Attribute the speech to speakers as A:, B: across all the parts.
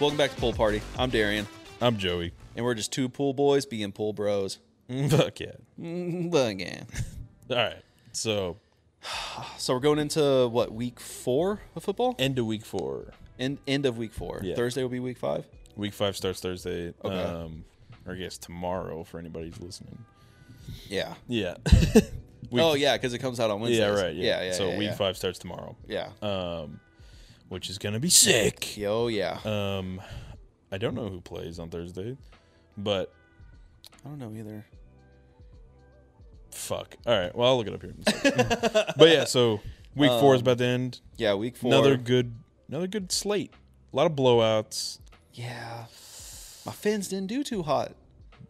A: Welcome back to Pool Party. I'm Darian,
B: I'm Joey.
A: and we're just two pool boys being pool bros.
B: Fuck yeah.
A: But yeah.
B: All right. So
A: So we're going into what week four of football?
B: end of week four.
A: End end of week four.
B: Yeah.
A: Thursday will be week five.
B: Week five starts Thursday.
A: Okay.
B: Um, or I guess tomorrow for anybody who's listening.
A: Yeah.
B: Yeah.
A: oh yeah, because it comes out on Wednesday.
B: yeah. Right. Yeah.
A: Yeah. yeah
B: so
A: yeah,
B: week
A: yeah.
B: five starts tomorrow.
A: Yeah.
B: Um, which is gonna be sick.
A: Yo. Yeah.
B: Um, I don't know who plays on Thursday, but
A: I don't know either.
B: fuck. All right. Well, I'll look it up here. in a second. but yeah. So week Um, four is about to end.
A: Yeah. Week four.
B: Another good. Another good slate. A lot of blowouts.
A: Yeah. My fins didn't do too hot.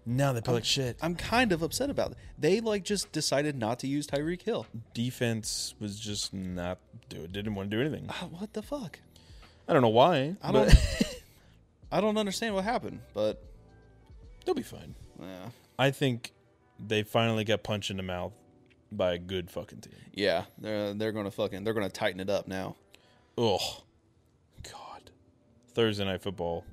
B: Now they play like shit.
A: I'm kind of upset about it. They like just decided not to use Tyreek Hill.
B: defense was just not do didn't want to do anything.
A: Ah, What the fuck?
B: I don't know why.
A: I
B: but
A: don't. I don't understand what happened, but
B: they'll be fine.
A: yeah.
B: I think they finally got punched in the mouth by a good fucking team.
A: Yeah, they're they're gonna fucking they're gonna tighten it up now.
B: Ugh. God. Thursday night football.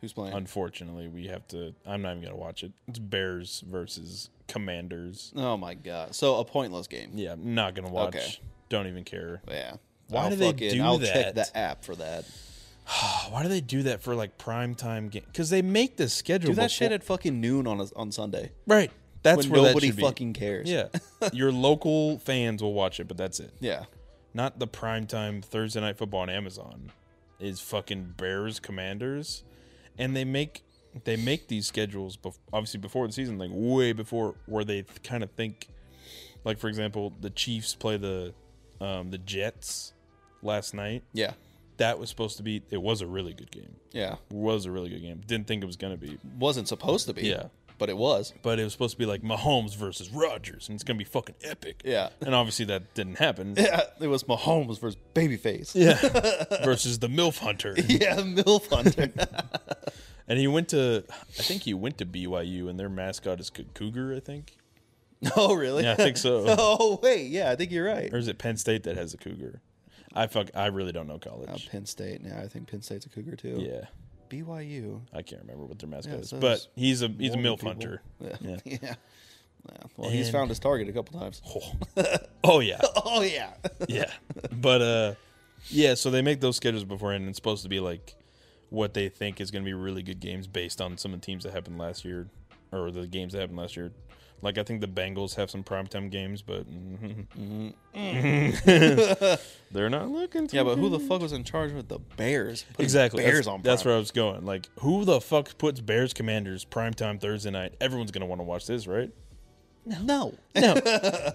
A: Who's playing?
B: Unfortunately, we have to. I'm not even gonna watch it. It's Bears versus Commanders.
A: oh my god! So a pointless game.
B: Yeah, I'm not gonna watch.
A: Okay.
B: Don't even care.
A: Yeah.
B: Why
A: I'll
B: do they
A: fucking-
B: do
A: I'll check
B: that?
A: the app for that.
B: Oh, Why do they do that for like prime time game? Because they make the schedule.
A: Do that
B: before-
A: shit at fucking noon on a, on Sunday
B: right. That's
A: when
B: where that
A: nobody
B: should be.
A: fucking cares.
B: Yeah, your local fans will watch it, but that's it.
A: Yeah.
B: Not the primetime Thursday night football on Amazon is fucking Bears Commanders, and they make they make these schedules bef- obviously before the season, like way before where they th- kind of think, like for example, the Chiefs play the um, the Jets last night.
A: Yeah.
B: That was supposed to be. It was a really good game.
A: Yeah.
B: Was a really good game. Didn't think it was gonna be,
A: Wasn't supposed to be.
B: Yeah.
A: But it was.
B: but it was supposed to be like Mahomes versus Rodgers, and it's gonna be fucking epic.
A: Yeah.
B: And obviously that didn't happen.
A: Yeah. It was Mahomes versus Babyface.
B: Yeah. Versus the MILF Hunter.
A: Yeah. Milf Hunter.
B: And he went to, I think he went to BYU, and their mascot is Co- Cougar, I think.
A: oh really?
B: Yeah, I think so. Er
A: oh wait. Yeah. I think you're right.
B: Or is it Penn State that has a Cougar? I fuck, I really don't know
A: Uh,
B: college.
A: Penn State. Now I think Penn State's a Cougar too.
B: Yeah.
A: BYU.
B: I can't remember what their mascot
A: Yeah,
B: is.
A: so
B: But
A: it's
B: he's a he's a
A: Mormon
B: MILF
A: people.
B: Hunter.
A: Yeah.
B: Yeah.
A: Yeah. Yeah. Well, he's
B: And-
A: found his target a couple times.
B: Oh. oh, yeah.
A: Oh yeah.
B: Yeah. But, uh, yeah, so they make those schedules beforehand, and it's supposed to be like what they think is going to be really good games based on some of the teams that happened last year or the games that happened last year. Like, I think the Bengals have some primetime games, but Mm-hmm. they're not looking.
A: yeah,
B: too
A: but who the
B: good.
A: fuck was in charge with the Bears? Putting
B: Exactly.
A: Bears
B: that's,
A: on.
B: That's
A: prime.
B: where I was going. Like, who the fuck puts Bears Commanders primetime Thursday night? Everyone's going to want to watch this, right?
A: No.
B: No.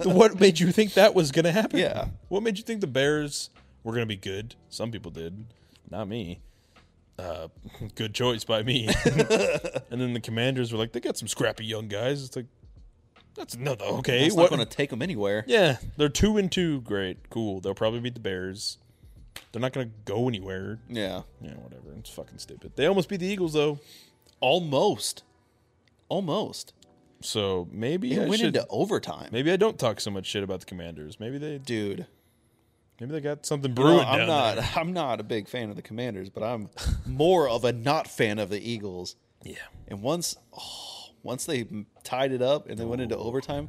B: what made you think that was going to happen?
A: Yeah.
B: What made you think the Bears were going to be good? Some people did, not me. Uh, good choice by me. and then the Commanders were like, they got some scrappy young guys. It's like, that's another okay.
A: It's
B: what?
A: not going to take them anywhere.
B: yeah, they're two and two. Great, cool. They'll probably beat the Bears. They're not going to go anywhere.
A: Yeah.
B: Yeah, whatever. It's fucking stupid. They almost beat the Eagles though,
A: Almost. Almost.
B: so maybe
A: It
B: I
A: went
B: should.
A: into overtime.
B: Maybe I don't talk so much shit about the Commanders. Maybe they
A: Dude.
B: maybe they got something
A: No,
B: brewing.
A: I'm
B: down
A: not
B: there.
A: I'm not a big fan of the Commanders, but I'm more of a not fan of the Eagles.
B: Yeah.
A: And once oh, once they m- tied it up and they went into overtime,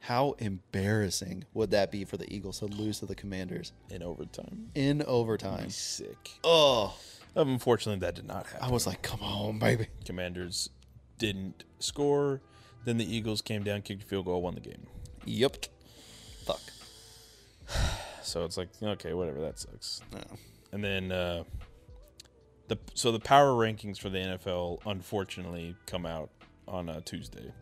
A: how embarrassing would that be for the Eagles to lose to the Commanders
B: in overtime.
A: in overtime?
B: Sick.
A: Oh,
B: Unfortunately, that did not happen.
A: I was like, come on, baby.
B: Commanders didn't score. Then the Eagles came down, kicked a field goal, won the game.
A: Yep. Fuck.
B: So it's like, okay, whatever, that sucks.
A: No.
B: And then uh, the so the power rankings for the NFL unfortunately come out on a Tuesday.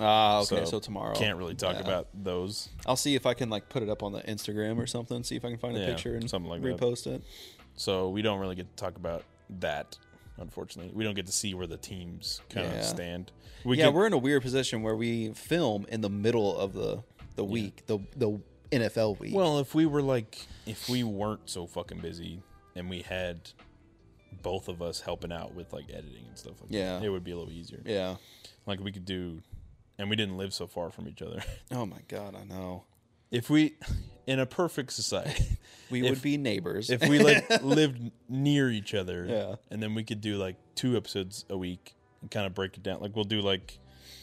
A: Ah, okay. So, tomorrow,
B: can't really talk
A: Yeah.
B: about those.
A: I'll see if I can like put it up on the Instagram or something. See if I can find a
B: Yeah,
A: picture and
B: something like that.
A: repost it.
B: So we don't really get to talk about that. Unfortunately, we don't get to see where the teams kind
A: Yeah.
B: of stand. We
A: yeah,
B: get-
A: we're in a weird position where we film in the middle of the the week, the the NFL week.
B: Well, if we were like, if we weren't so fucking busy and we had both of us helping out with like editing and stuff like
A: Yeah.
B: that, it would be a little easier.
A: yeah.
B: Like we could do, and we didn't live so far from each other.
A: Oh my god, I know.
B: if we in a perfect society,
A: We would be neighbors.
B: if we like lived near each other,
A: Yeah.
B: and then we could do like two episodes a week and kind of break it down. Like we'll do like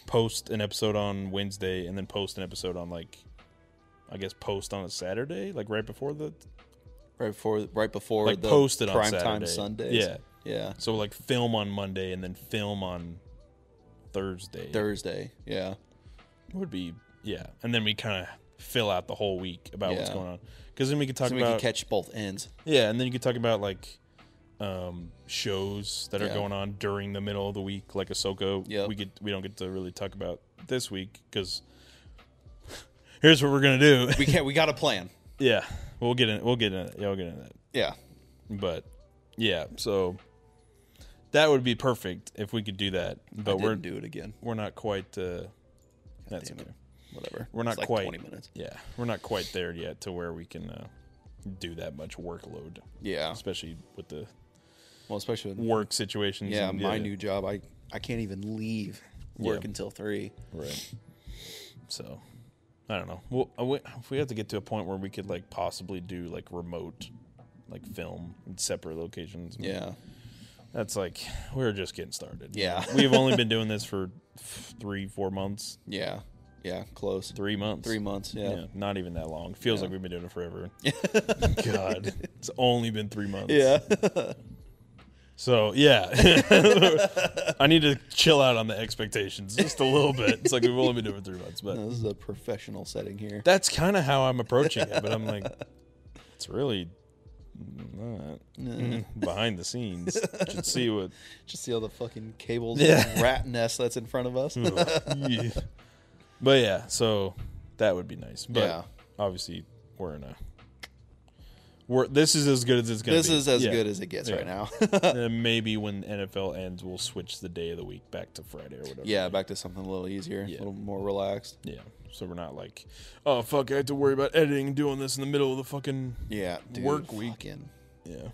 B: post an episode on Wednesday and then post an episode on like I guess post on a Saturday, like right before the
A: right before right before
B: like
A: the
B: post it on
A: prime
B: Saturday.
A: time Sundays.
B: Yeah.
A: Yeah.
B: So like film on Monday and then film on Thursday
A: Thursday. Yeah.
B: would be yeah, and then we kind of fill out the whole week about what's
A: Yeah.
B: going on because then we could talk
A: So we
B: about
A: can catch both ends.
B: yeah, and then you could talk about like um, shows that are
A: Yeah.
B: going on during the middle of the week, like Ahsoka.
A: Yep.
B: we get we don't get to really talk about this week because here's what we're gonna do.
A: We can we got a plan.
B: yeah, we'll get in. We'll get in. Yeah, we'll get into that.
A: Yeah.
B: But yeah, so that would be perfect if we could do that. But
A: But
B: we're
A: we're do it again.
B: we're not quite. Uh, that's
A: damn
B: okay.
A: it. Whatever.
B: We're not
A: it's like
B: quite-
A: twenty minutes.
B: Yeah, we're not quite there yet to where we can uh, do that much workload,
A: Yeah.
B: especially with the
A: Well, especially when-
B: work situations.
A: yeah,
B: and-
A: my new job. I I can't even leave work
B: Yeah.
A: until three.
B: Right. So, I don't know. Well, I w- if we have to get to a point where we could like possibly do like remote, like film in separate locations.
A: Yeah.
B: That's like we're just getting started.
A: Yeah.
B: We've only been doing this for f- three, four months,
A: Yeah. Yeah. Close.
B: three months,
A: Three months. Yeah.
B: Yeah, not even that long. Feels like we've been doing it forever. God, it's only been three months.
A: Yeah.
B: So yeah, I need to chill out on the expectations just a little bit. It's like we've only been doing it three months, but
A: No, this is a professional setting here.
B: that's kind of how I'm approaching it. But I'm like, it's really not Mm, behind the scenes. You should see what.
A: Just see all the fucking cables
B: Yeah. Hmm.
A: and rat nest that's in front of us.
B: Yeah. But yeah, so that would be nice. But
A: Yeah.
B: obviously, we're in a. We're, this is as good as it's gonna
A: this
B: be.
A: is as
B: Yeah.
A: good as it gets
B: Yeah.
A: right now.
B: And then maybe when NFL ends, we'll switch the day of the week back to Friday or whatever.
A: yeah, back to something a little easier, a little more relaxed.
B: Yeah. So we're not like, oh fuck, I have to worry about editing and doing this in the middle of the fucking
A: Yeah, dude,
B: Work week.
A: fucking-
B: yeah.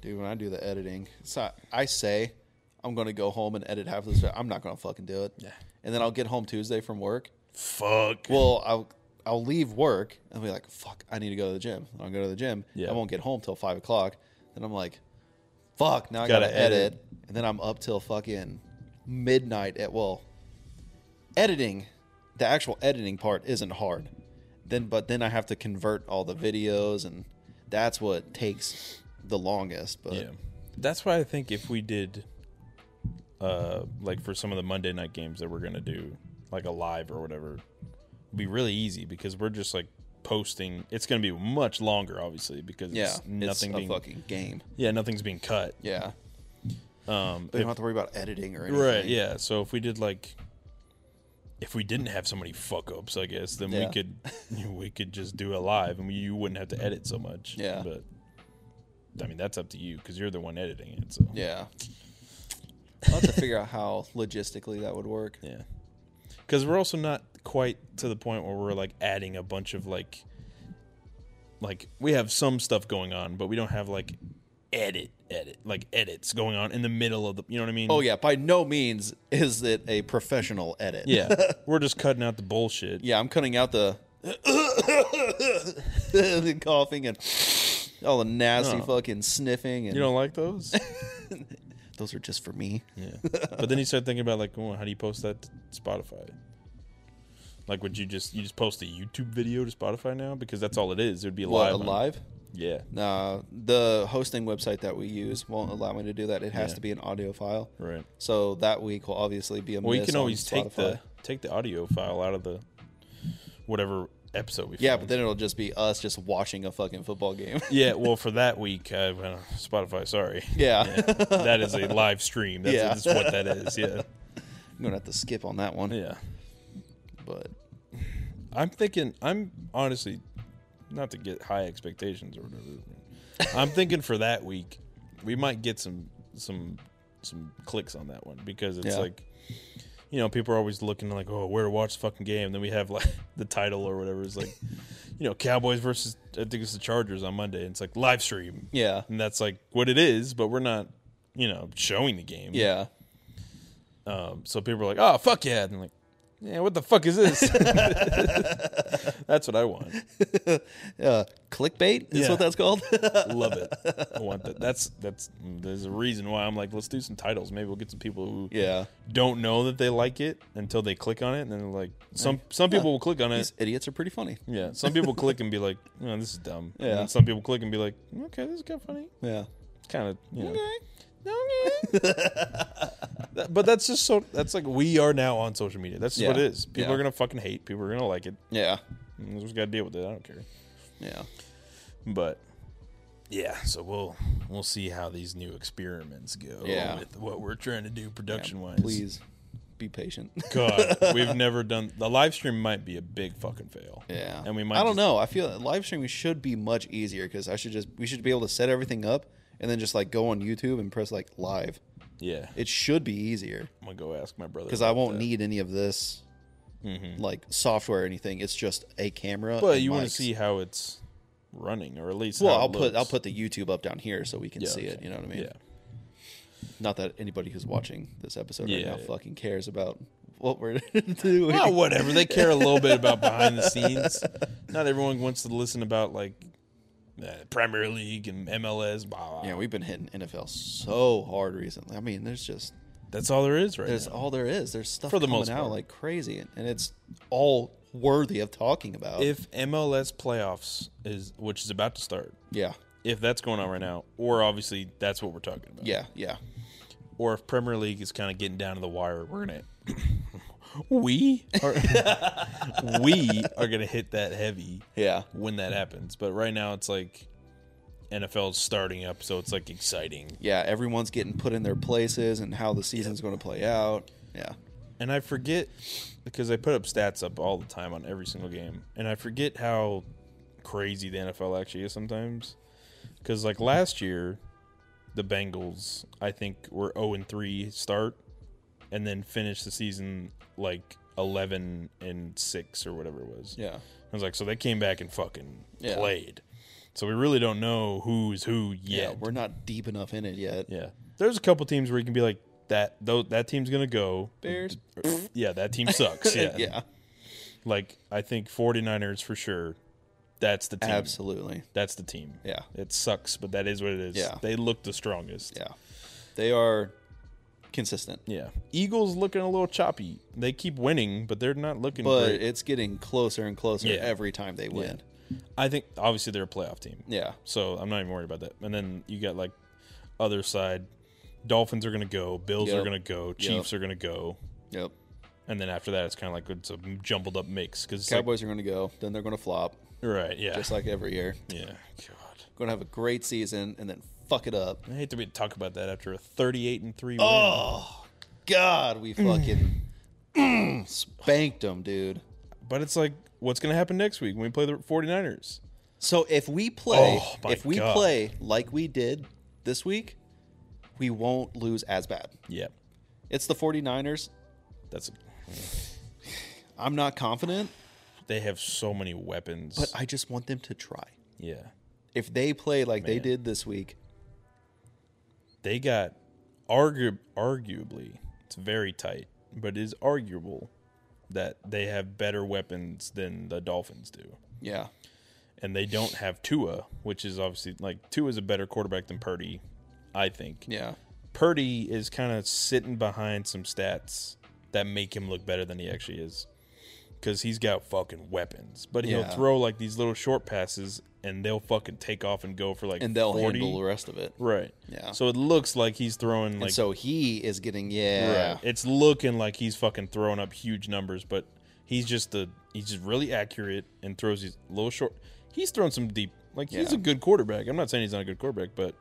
A: dude. When I do the editing, it's not, I say I'm gonna go home and edit half of this. I'm not gonna fucking do it.
B: Yeah.
A: And then I'll get home Tuesday from work.
B: Fuck.
A: Well, I'll I'll leave work and be like, fuck, I need to go to the gym. And I'll go to the gym.
B: Yeah.
A: I won't get home till five o'clock. Then I'm like, fuck, now I
B: Gotta
A: gotta,
B: edit.
A: edit. And then I'm up till fucking midnight at well. Editing, the actual editing part isn't hard. Then but then I have to convert all the videos and that's what takes the longest. But
B: yeah. uh, That's why I think if we did, uh, like for some of the Monday night games that we're gonna do, like a live or whatever, it'd be really easy because we're just like posting. It's gonna be much longer, obviously, because
A: yeah,
B: it's nothing
A: it's a
B: being
A: fucking game.
B: yeah nothing's being cut.
A: Yeah.
B: Um,
A: They
B: if-
A: don't have to worry about editing or anything.
B: Right, yeah. So if we did like if we didn't have so many fuck ups, I guess, then we
A: Yeah.
B: could we could just do it live and you wouldn't have to edit so much.
A: Yeah.
B: But I mean that's up to you because you're the one editing it. So
A: Yeah. I'll have to figure out how logistically that would work.
B: yeah. Because we're also not quite to the point where we're like adding a bunch of like like we have some stuff going on, but we don't have like edit edit like edits going on in the middle of the you know what I mean?
A: Oh yeah, by no means is it a professional edit.
B: Yeah. we're just cutting out the bullshit.
A: yeah, I'm cutting out the, the coughing and all the nasty
B: No.
A: fucking sniffing and
B: Oh. You don't like those?
A: those are just for me.
B: Yeah. but then you start thinking about like, oh, how do you post that to Spotify? Like, would you just you just post a YouTube video to Spotify now because that's all it is? It would be
A: What,
B: live. on-
A: alive?
B: Yeah.
A: Nah, the hosting website that we use won't allow me to do that. It has
B: Yeah.
A: to be an audio file.
B: Right.
A: So that week will obviously be a
B: Well, you
A: miss
B: can
A: on
B: always take the
A: Spotify.
B: take the audio file out of the whatever episode we.
A: Yeah,
B: found.
A: but then it'll just be us just watching a fucking football game.
B: Yeah, well, for that week, I went on Spotify. Sorry,
A: yeah.
B: that is a live stream. That's,
A: Yeah.
B: that's what that is. Yeah,
A: I'm gonna have to skip on that one.
B: yeah.
A: But
B: I'm thinking. I'm honestly not to get high expectations or whatever. I'm thinking for that week, we might get some some some clicks on that one because it's
A: Yeah.
B: like, you know, people are always looking like, oh, where to watch the fucking game. Then we have like the title or whatever is like, you know, Cowboys versus I think it's the Chargers on Monday. And it's like live stream,
A: yeah,
B: and that's like what it is. But we're not, you know, showing the game.
A: yeah,
B: Um, so people are like, oh fuck "Ah, yeah, and I'm like, Yeah, what the fuck is this? that's what I want.
A: Uh, clickbait is
B: Yeah.
A: what that's called.
B: Love it. I want that. That's that's there's a reason why I'm like, let's do some titles. Maybe we'll get some people who
A: yeah.
B: don't know that they like it until they click on it, and then they're like some some people will click on it.
A: These idiots are pretty funny.
B: Yeah, some people click and be like, "No, this is dumb." Yeah.
A: Yeah.
B: And then some people click and be like, "Okay, this is kind of funny."
A: Yeah.
B: It's kind of you know.
A: Okay.
B: That- but that's just so. That's like we are now on social media. That's just what
A: Yeah.
B: it is. People
A: Yeah.
B: are gonna fucking hate. People are gonna like it.
A: yeah.
B: And We just gotta deal with it. I don't care.
A: Yeah.
B: But yeah, so we'll we'll see how these new experiments go
A: Yeah.
B: with what we're trying to do production wise.
A: Please be patient.
B: God, we've never done the live stream. Might be a big fucking fail.
A: Yeah.
B: and we might.
A: I don't
B: just-
A: know. I feel that live streaming should be much easier because I should just we should be able to set everything up and then just like go on YouTube and press like live.
B: Yeah,
A: It should be easier
B: I'm gonna go ask my brother
A: because I
B: about
A: won't
B: that. Mm-hmm.
A: need any of this like software or anything. It's just a camera.
B: But
A: and
B: you want
A: mics.
B: to see how it's running, or at least
A: Well,
B: how it
A: I'll put
B: looks.
A: I'll put the YouTube up down here so we can
B: Yeah,
A: see it.
B: okay.
A: You know what I mean?
B: yeah.
A: Not that anybody who's watching this episode right
B: Yeah,
A: now
B: yeah.
A: fucking cares about what we're doing.
B: Well, whatever. They care a little bit about behind the scenes. Not everyone wants to listen about like uh, Premier League and MLS. Blah, blah.
A: Yeah, we've been hitting NFL so hard recently. I mean, there's just
B: That's all there is right
A: there's
B: now.
A: all there is. There's stuff
B: For the
A: coming
B: most
A: out
B: part.
A: like crazy, and, and it's all worthy of talking about.
B: if MLS playoffs is which is about to start,
A: yeah,
B: if that's going on right now, or obviously that's what we're talking about.
A: yeah, yeah,
B: Or if Premier League is kind of getting down to the wire, we're gonna we are we are gonna hit that heavy.
A: yeah,
B: when that happens. But right now, it's like NFL's starting up, so it's like exciting.
A: yeah. Everyone's getting put in their places and how the season's going to play out. Yeah,
B: And I forget because I put up stats up all the time on every single game, and I forget how crazy the NFL actually is sometimes. Because like last year, the Bengals I think were zero and three start, and then finished the season like eleven and six or whatever it was.
A: yeah,
B: I was like, so they came back and fucking
A: Yeah.
B: played. So we really don't know who's who
A: yeah.
B: yet.
A: We're not deep enough in it yet.
B: Yeah. There's a couple teams where you can be like that though that team's going to go.
A: Bears.
B: Yeah, that team sucks. Yeah.
A: yeah,
B: Like I think 49ers for sure. That's the team.
A: absolutely.
B: That's the team.
A: Yeah.
B: It sucks, but that is what it is.
A: Yeah.
B: They look the strongest.
A: Yeah, they are consistent,
B: Yeah. Eagles looking a little choppy. They keep winning, but they're not looking
A: but
B: great.
A: it's getting closer and closer
B: Yeah.
A: every time they win.
B: I think obviously they're a playoff team.
A: Yeah,
B: So I'm not even worried about that. And then you got like other side Dolphins are going to go, Bills
A: Yep.
B: are going to go, Chiefs are going to go.
A: yep.
B: And then after that, it's kind of like it's a jumbled up mix because
A: Cowboys are going to go, then they're going to flop,
B: Right. Yeah.
A: just like every year.
B: yeah. God.
A: Going to have a great season and then fuck it up.
B: I hate to be talk about that after a 38 and three. win.
A: Oh God, we fucking
B: Mm.
A: spanked them, dude.
B: But it's like, what's going to happen next week when we play the 49ers?
A: So if we play,
B: Oh, my
A: if we
B: God.
A: play like we did this week, we won't lose as bad.
B: Yep.
A: It's the 49ers.
B: That's.
A: I'm not confident,
B: They have so many weapons.
A: but I just want them to try.
B: yeah.
A: If they play like they
B: Man.
A: did this week,
B: They got argu- arguably, it's very tight, but it is arguable that they have better weapons than the Dolphins do.
A: yeah,
B: And they don't have Tua, which is obviously like Tua's a better quarterback than Purdy, I think.
A: yeah,
B: Purdy is kind of sitting behind some stats that make him look better than he actually is. Because he's got fucking weapons. But he'll
A: Yeah.
B: throw like these little short passes and they'll fucking take off and go for like
A: and they'll
B: 40.
A: handle the rest of it.
B: Right.
A: Yeah.
B: So it looks like he's throwing like.
A: and so he is getting
B: Right.
A: yeah,
B: It's looking like he's fucking throwing up huge numbers, but he's just the he's just really accurate and throws these little short. He's thrown some deep. Like he's
A: Yeah.
B: a good quarterback. I'm not saying he's not a good quarterback, but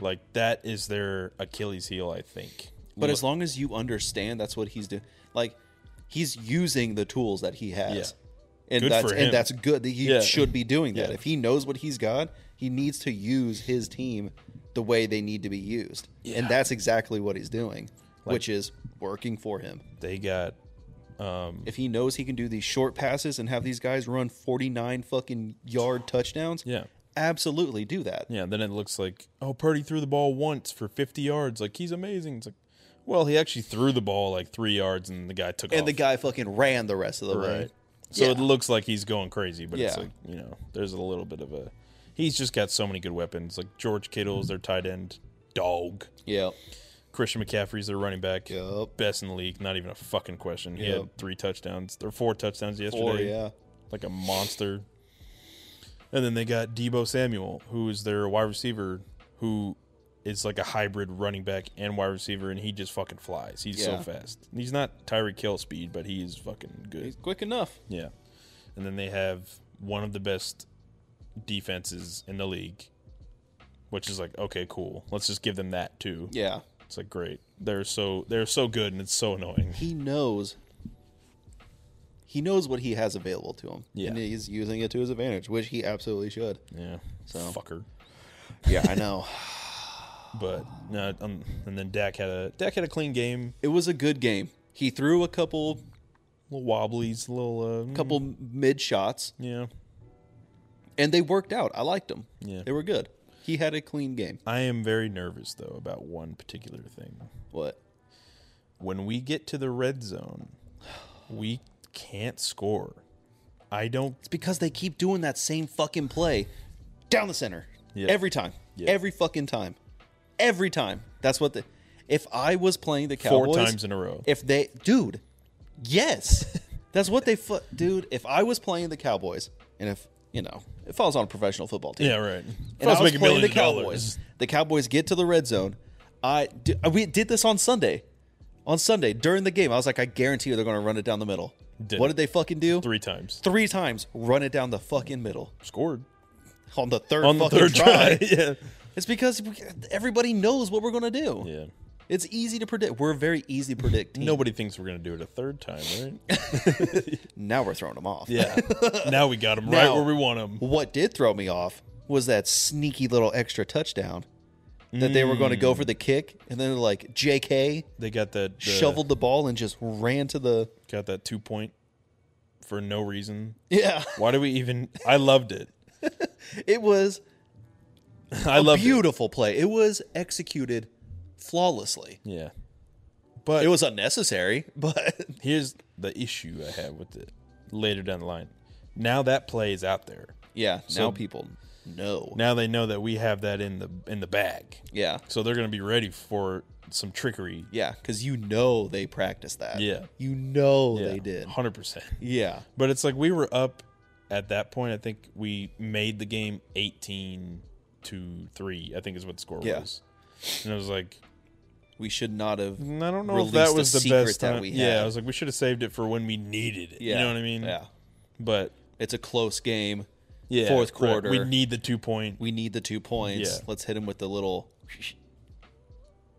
B: like that is their Achilles heel, I think.
A: But as long as you understand that's what he's doing, like he's using the tools that he has, and
B: Good
A: that's
B: for him.
A: and that's good. He
B: Yeah.
A: should be doing that.
B: Yeah.
A: If he knows what he's got, he needs to use his team the way they need to be used,
B: Yeah.
A: and that's exactly what he's doing, which is working for him.
B: they got
A: If he knows he can do these short passes and have these guys run forty nine fucking yard touchdowns,
B: yeah.
A: absolutely do that.
B: Yeah, then it looks like oh Purdy threw the ball once for 50 yards. Like he's amazing. It's like Well, he actually threw the ball like three yards, and the guy took off.
A: and the guy fucking ran the rest of the way.
B: right. So
A: Yeah.
B: it looks like he's going crazy, but it's
A: Yeah.
B: like you know, there's a little bit of a. He's just got so many good weapons. Like George Kittle's their tight end, dog.
A: Yep.
B: Christian McCaffrey's their running back,
A: Yep.
B: best in the league. Not even a fucking question. He
A: Yep.
B: had three touchdowns. There were four touchdowns yesterday.
A: Four, yeah.
B: like a monster. And then they got Debo Samuel, who is their wide receiver, who is like a hybrid running back and wide receiver, and he just fucking flies. He's
A: Yeah.
B: so fast. He's not Tyreek Hill speed, but he is fucking good.
A: He's quick enough.
B: yeah. And then they have one of the best defenses in the league, which is like okay, cool. Let's just give them that too.
A: Yeah.
B: It's like great. They're so they're so good, and it's so annoying.
A: He knows. He knows what he has available to him.
B: Yeah.
A: And he's using it to his advantage, which he absolutely should.
B: Yeah.
A: So.
B: fucker.
A: Yeah, I know.
B: But no, um, and then Dak had a Dak had a clean game,
A: It was a good game. He threw a couple
B: little wobblies, little uh, mm,
A: couple mid shots,
B: Yeah,
A: and they worked out. I liked them.
B: Yeah.
A: They were good. He had a clean game.
B: I am very nervous though about one particular thing.
A: What?
B: When we get to the red zone, we can't score. I don't.
A: It's because they keep doing that same fucking play down the center
B: Yeah.
A: every time,
B: Yeah.
A: every fucking time, every time. That's what the. If I was playing the
B: Four
A: Cowboys
B: times in a row.
A: if they, dude, yes, that's what they. Fu- dude, if I was playing the Cowboys, and if you know, if I was on a professional football team,
B: Yeah, right. If
A: and I was,
B: making
A: playing the
B: millions of
A: Cowboys.
B: dollars,
A: The Cowboys get to the red zone. I d- we did this on Sunday. On Sunday during the game, I was like, I guarantee you they're going to run it down the middle.
B: Didn't.
A: What did they fucking do?
B: three times
A: Three times, run it down the fucking middle
B: scored
A: on the third
B: on the
A: fucking
B: third
A: try.
B: try. yeah,
A: It's because we- everybody knows what we're going to do.
B: yeah.
A: It's easy to predict. We're a very easy to predict. team.
B: Nobody thinks we're gonna do it a third time, right?
A: Now we're throwing them off.
B: Yeah. now we got them right
A: Now-
B: where we want them.
A: What did throw me off was that sneaky little extra touchdown that they were going to go for the kick, and then like J.K.
B: They got that Mm. the,
A: shoveled the ball and just ran to the
B: Got that two point for no reason.
A: yeah.
B: Why do we even? I loved it.
A: It was
B: I loved it.
A: beautiful play. It was executed flawlessly.
B: Yeah.
A: But it was unnecessary. But
B: Here's the issue I have with it later down the line. Now that play is out there.
A: yeah,
B: So-
A: now people know.
B: Now they know that we have that in the in the bag.
A: yeah,
B: So they're going to be ready for some trickery.
A: yeah, because you know they practiced that.
B: Yeah.
A: you know
B: Yeah,
A: they did.
B: 100%.
A: Yeah,
B: But it's like we were up at that point. I think we made the game 18 to 3, I think is what the score
A: Yeah.
B: was. And I was like, "Mm,
A: we should not have.
B: I don't know if
A: Released
B: that
A: a
B: was the
A: secret
B: best
A: that
B: time.
A: we
B: Yeah,
A: had.
B: I was like, we should have saved it for when we needed it.
A: Yeah,
B: You know what I mean?
A: Yeah,
B: But
A: it's a close game.
B: yeah,
A: Fourth
B: right,
A: quarter.
B: we need the two point.
A: We need the two points.
B: Yeah.
A: Let's hit him with the little.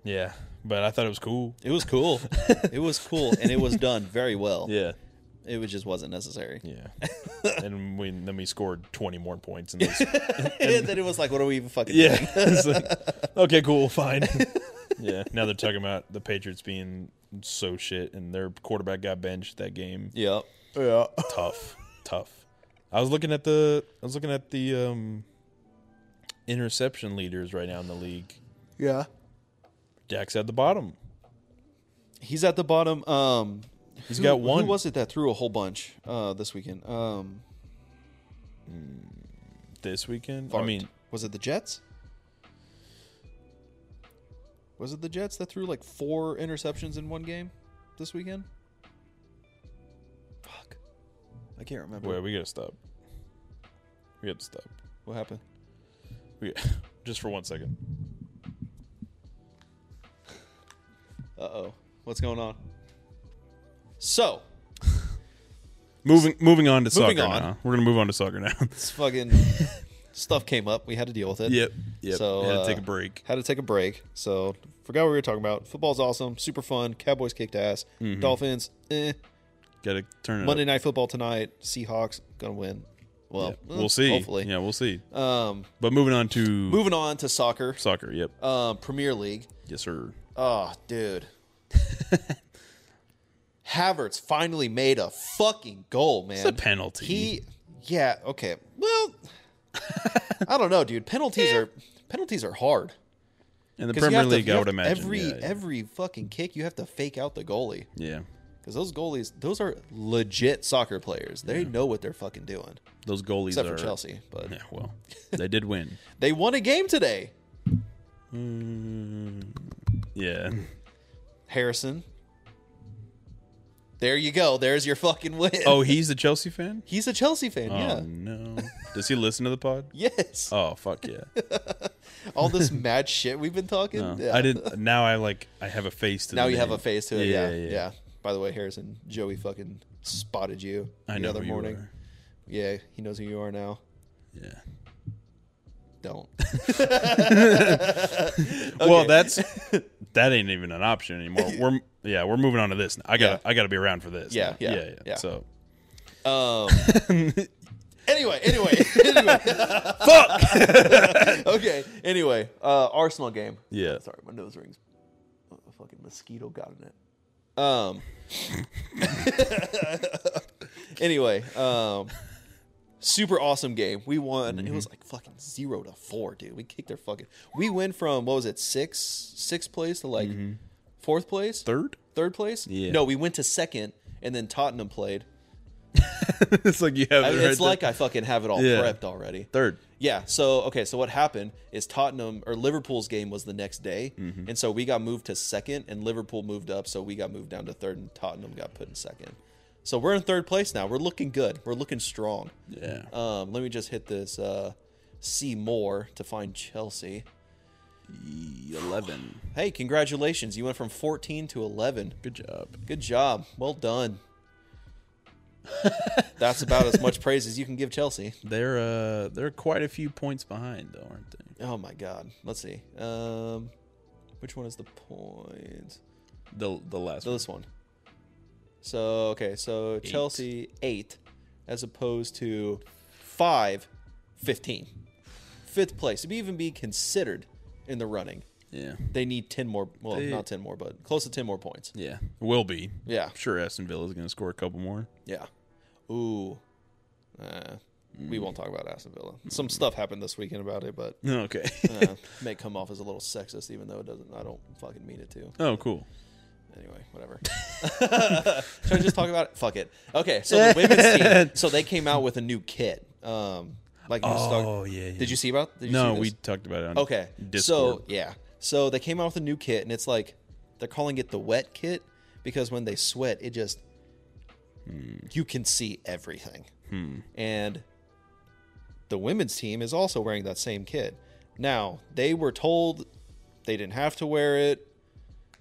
B: Yeah, but I thought it was cool.
A: It was cool. it was cool, and it was done very well.
B: Yeah,
A: It was, just wasn't necessary.
B: yeah. and we then we scored twenty more points. And this.
A: and then it was like, what are we even fucking?
B: yeah, It's like, okay, cool, fine. yeah. Now they're talking about the Patriots being so shit, and their quarterback got benched that game.
A: Yep. Yeah.
B: Tough, tough. I was looking at the I was looking at the um, interception leaders right now in the league.
A: Yeah.
B: Dak's at the bottom.
A: He's at the bottom. Um,
B: He's
A: who-
B: got one.
A: Who was it that threw a whole bunch uh, this weekend? Um,
B: this weekend. I
A: Bart.
B: mean,
A: was it the Jets? Was it the Jets that threw like four interceptions in one game this weekend? Fuck, I can't remember
B: wait, we gotta stop. We gotta stop.
A: what happened.
B: We just for one second.
A: Uh oh, what's going on? So
B: Moving moving on to
A: Moving
B: soccer
A: on.
B: now. We're gonna move on to soccer now.
A: this fucking stuff came up. We had to deal with it.
B: Yep.
A: So,
B: had to
A: uh,
B: take a break.
A: had to take a break. So forgot what we were talking about. Football's awesome, super fun. Cowboys kicked ass.
B: Mm-hmm.
A: Dolphins, eh.
B: Gotta turn it
A: Monday
B: up.
A: night football tonight. Seahawks gonna win. Well,
B: Yeah,
A: eh,
B: we'll see.
A: Hopefully.
B: Yeah, we'll see.
A: Um,
B: But moving on to
A: moving on to soccer,
B: soccer, yep.
A: uh, Premier League.
B: Yes, sir.
A: Oh, dude. Havertz finally made a fucking goal, man.
B: a penalty.
A: He, yeah, okay. Well, I don't know, dude. Penalties are penalties are hard.
B: In the
A: 'Cause you
B: Eh. Premier
A: have to-
B: League,
A: you
B: I
A: have-
B: would imagine.
A: every
B: yeah, yeah.
A: every fucking kick you have to fake out the goalie
B: yeah.
A: because those goalies, those are legit soccer players. They know what they're fucking doing,
B: Those goalies
A: except
B: are
A: for Chelsea. But
B: Yeah, well, they did win.
A: they won a game today.
B: Mm, yeah,
A: Harrison, there you go. There's your fucking win.
B: Oh, he's a Chelsea fan?
A: he's a Chelsea fan.
B: Oh,
A: yeah.
B: no. Does he listen to the pod?
A: Yes.
B: Oh, fuck yeah.
A: All this mad shit we've been talking.
B: No.
A: yeah.
B: I didn't. Now I like, I have a face to
A: Now
B: the
A: you have
B: name.
A: a face to it. Yeah, yeah. By the way, Harrison, Joey fucking spotted you
B: I
A: the
B: know
A: other
B: who you
A: morning.
B: are.
A: Yeah, he knows who you are now.
B: Yeah.
A: Don't.
B: Well,
A: Okay.
B: that's that ain't even an option anymore. We're yeah, we're moving on to this. I gotta I gotta be around for this.
A: Yeah,
B: now.
A: yeah,
B: yeah,
A: yeah.
B: So
A: Um. anyway, anyway, anyway.
B: fuck.
A: okay. Anyway, uh, Arsenal game.
B: Yeah.
A: Sorry, my nose rings. Oh, A fucking mosquito got in it. Um. anyway, um, super awesome game. We won. It
B: Mm-hmm.
A: was like fucking zero to four, dude. We kicked their fucking. We went from what was it six sixth place to like fourth place,
B: Third.
A: third place.
B: Mm-hmm. Yeah.
A: No, we went to second, and then Tottenham played.
B: it's like you have.
A: I
B: it
A: mean,
B: right
A: it's
B: there.
A: like I fucking have it all
B: Yeah.
A: prepped already.
B: third.
A: Yeah. So okay. So what happened is Tottenham or Liverpool's game was the next day, and so we got moved to second, and Liverpool moved up, so we got moved down to third, and Tottenham got put in second. So we're in third place now. We're looking good. We're looking strong.
B: Yeah.
A: Um, let me just hit this. Uh, see more to find Chelsea.
B: Eleven.
A: Hey, congratulations! You went from 14 to 11.
B: Good job.
A: Good job. Well done. That's about as much praise as you can give Chelsea.
B: They're uh they're quite a few points behind though, aren't they?
A: Oh my god. Let's see. Um which one is the point?
B: The the last.
A: So
B: one.
A: this one. So okay, so Chelsea 8 as opposed to 5 15. Fifth place. To even be considered in the running,
B: Yeah.
A: they need 10 more well,
B: They-
A: not 10 more, but close to 10 more points.
B: Yeah. Will be.
A: Yeah.
B: I'm sure Aston Villa's gonna score a couple more.
A: Yeah. Ooh. Uh, we won't talk about Aston Villa. Some stuff happened this weekend about it, but
B: Okay.
A: uh, may come off as a little sexist, even though it doesn't. I don't fucking mean it to.
B: oh, cool.
A: Anyway, whatever. Should I just talk about it? Fuck it. Okay, so the women's team. So they came out with a new kit. Um, like you just talked-
B: Oh, yeah, yeah.
A: Did you see about? Did you
B: No,
A: see
B: we
A: this?
B: talked about it on
A: Okay.
B: Discord.
A: So yeah. So they came out with a new kit, and it's like they're calling it the wet kit because when they sweat, it just
B: Hmm.
A: you can see everything. And the women's team is also wearing that same kit. Now they were told they didn't have to wear it,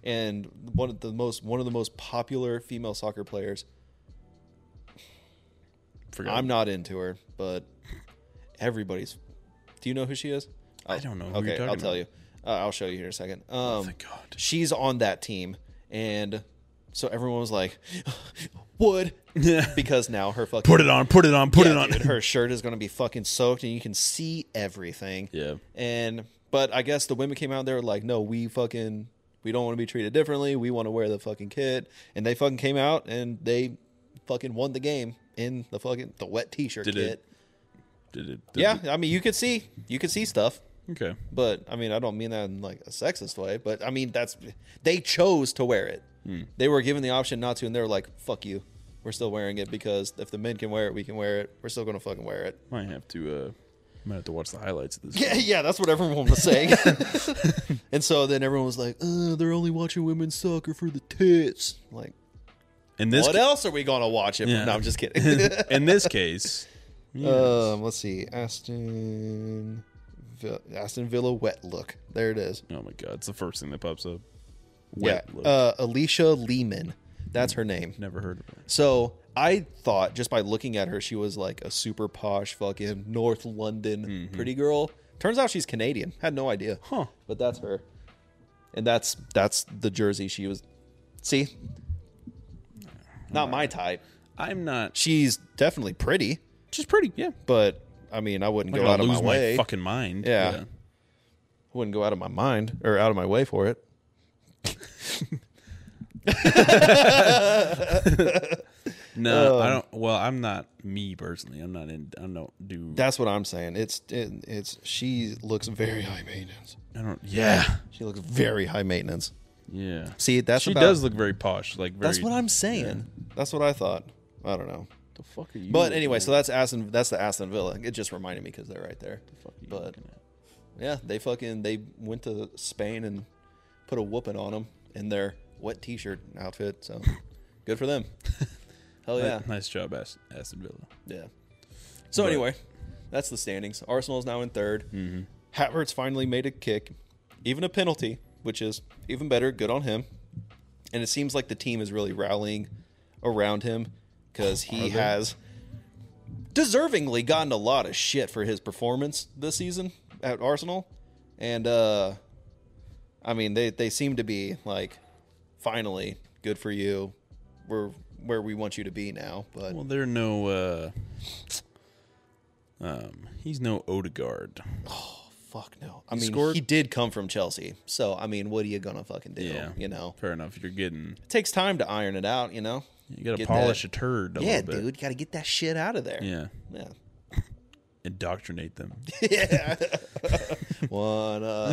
A: and one of the most one of the most popular female soccer players.
B: Forgot.
A: I'm not into her, but everybody's. Do you know who she is? Oh,
B: I don't know who you're
A: okay,
B: talking
A: I'll tell
B: about. Oh,
A: you. Uh, I'll show you here in a second. Um,
B: Thank God.
A: she's on that team, and so everyone was like, "Wood,"
B: Yeah.
A: because now her fucking
B: Put it on. Put it on. Put it
A: Yeah,
B: on.
A: dude, her shirt is gonna be fucking soaked, and you can see everything.
B: Yeah.
A: And but I guess the women came out there were like, no, we fucking we don't want to be treated differently. We want to wear the fucking kit. And they fucking came out and they fucking won the game in the fucking the wet t-shirt
B: Did
A: kit.
B: it- Did it? did
A: yeah, I mean you could see you could see stuff,
B: it- Okay.
A: but I mean I don't mean that in like a sexist way, but I mean that's they chose to wear it.
B: Hmm.
A: They were given the option not to, and they were like, fuck you. We're still wearing it because if the men can wear it, we can wear it. We're still gonna fucking wear it.
B: Might have to. uh Might have to watch the highlights of this.
A: Yeah, yeah, that's what everyone was saying. and so then everyone was like, uh, they're only watching women's soccer for the tits. Like,
B: In this.
A: what
B: ca-
A: else are we going to watch it for?
B: Yeah.
A: No, I'm just kidding.
B: in this case.
A: um, let's see. Aston Villa, Aston Villa wet look. There it is.
B: Oh my God! It's the first thing that pops up.
A: yeah.
B: Wet look.
A: Uh, Alicia Lehman. That's her name.
B: Never heard of it.
A: So I thought just by looking at her, she was like a super posh, fucking North London pretty girl. Turns out she's Canadian. Had no idea.
B: Huh.
A: But that's her, and that's that's the jersey she was. See, not my type.
B: I'm not.
A: She's definitely pretty,
B: She's pretty. Yeah.
A: but I mean, I wouldn't
B: I'm
A: go
B: gonna
A: out of
B: lose
A: my way.
B: fucking mind.
A: Yeah. wouldn't go out of my mind or out of my way for it.
B: No, I
A: Um,
B: don't. Well, I'm not me personally. I'm not in. I don't do.
A: That's what I'm saying. It's it, it's she looks very high maintenance.
B: I don't. Yeah,
A: She looks very high maintenance.
B: yeah.
A: See, that's
B: she
A: about-
B: does look very posh. Like very,
A: That's what I'm saying. That's what I thought. I don't know.
B: The fuck are you?
A: But anyway, so that's Aston. That's the Aston Villa. It just reminded me because they're right there.
B: fuck are you
A: But
B: looking at?
A: yeah, they fucking they went to Spain and put a whooping on them in their wet T-shirt outfit. So good for them. Hell
B: Ni-
A: oh, yeah,
B: nice job, Ast- Aston Villa.
A: yeah. So
B: But- Mm-hmm.
A: anyway, that's the standings. Arsenal's now in 3rd Havertz finally made a kick, even a penalty, which is even better. Good on him. And it seems like the team is really rallying around him because
B: Are they?
A: he has deservingly gotten a lot of shit for his performance this season at Arsenal. And uh I mean they they seem to be like finally good for you. We're where we want you to be now, but
B: Well, they're no. uh Um, he's no Odegaard.
A: fuck no. I
B: He
A: mean,
B: scored-
A: he did come from Chelsea, so I mean, what are you gonna fucking do?
B: Yeah.
A: You know,
B: Fair enough. You're getting.
A: it takes time to iron it out. You know,
B: You got to
A: Get
B: polish
A: that-
B: a turd. A
A: yeah,
B: little bit.
A: dude, got to get that shit out of there.
B: Yeah,
A: yeah.
B: indoctrinate them.
A: One, uh,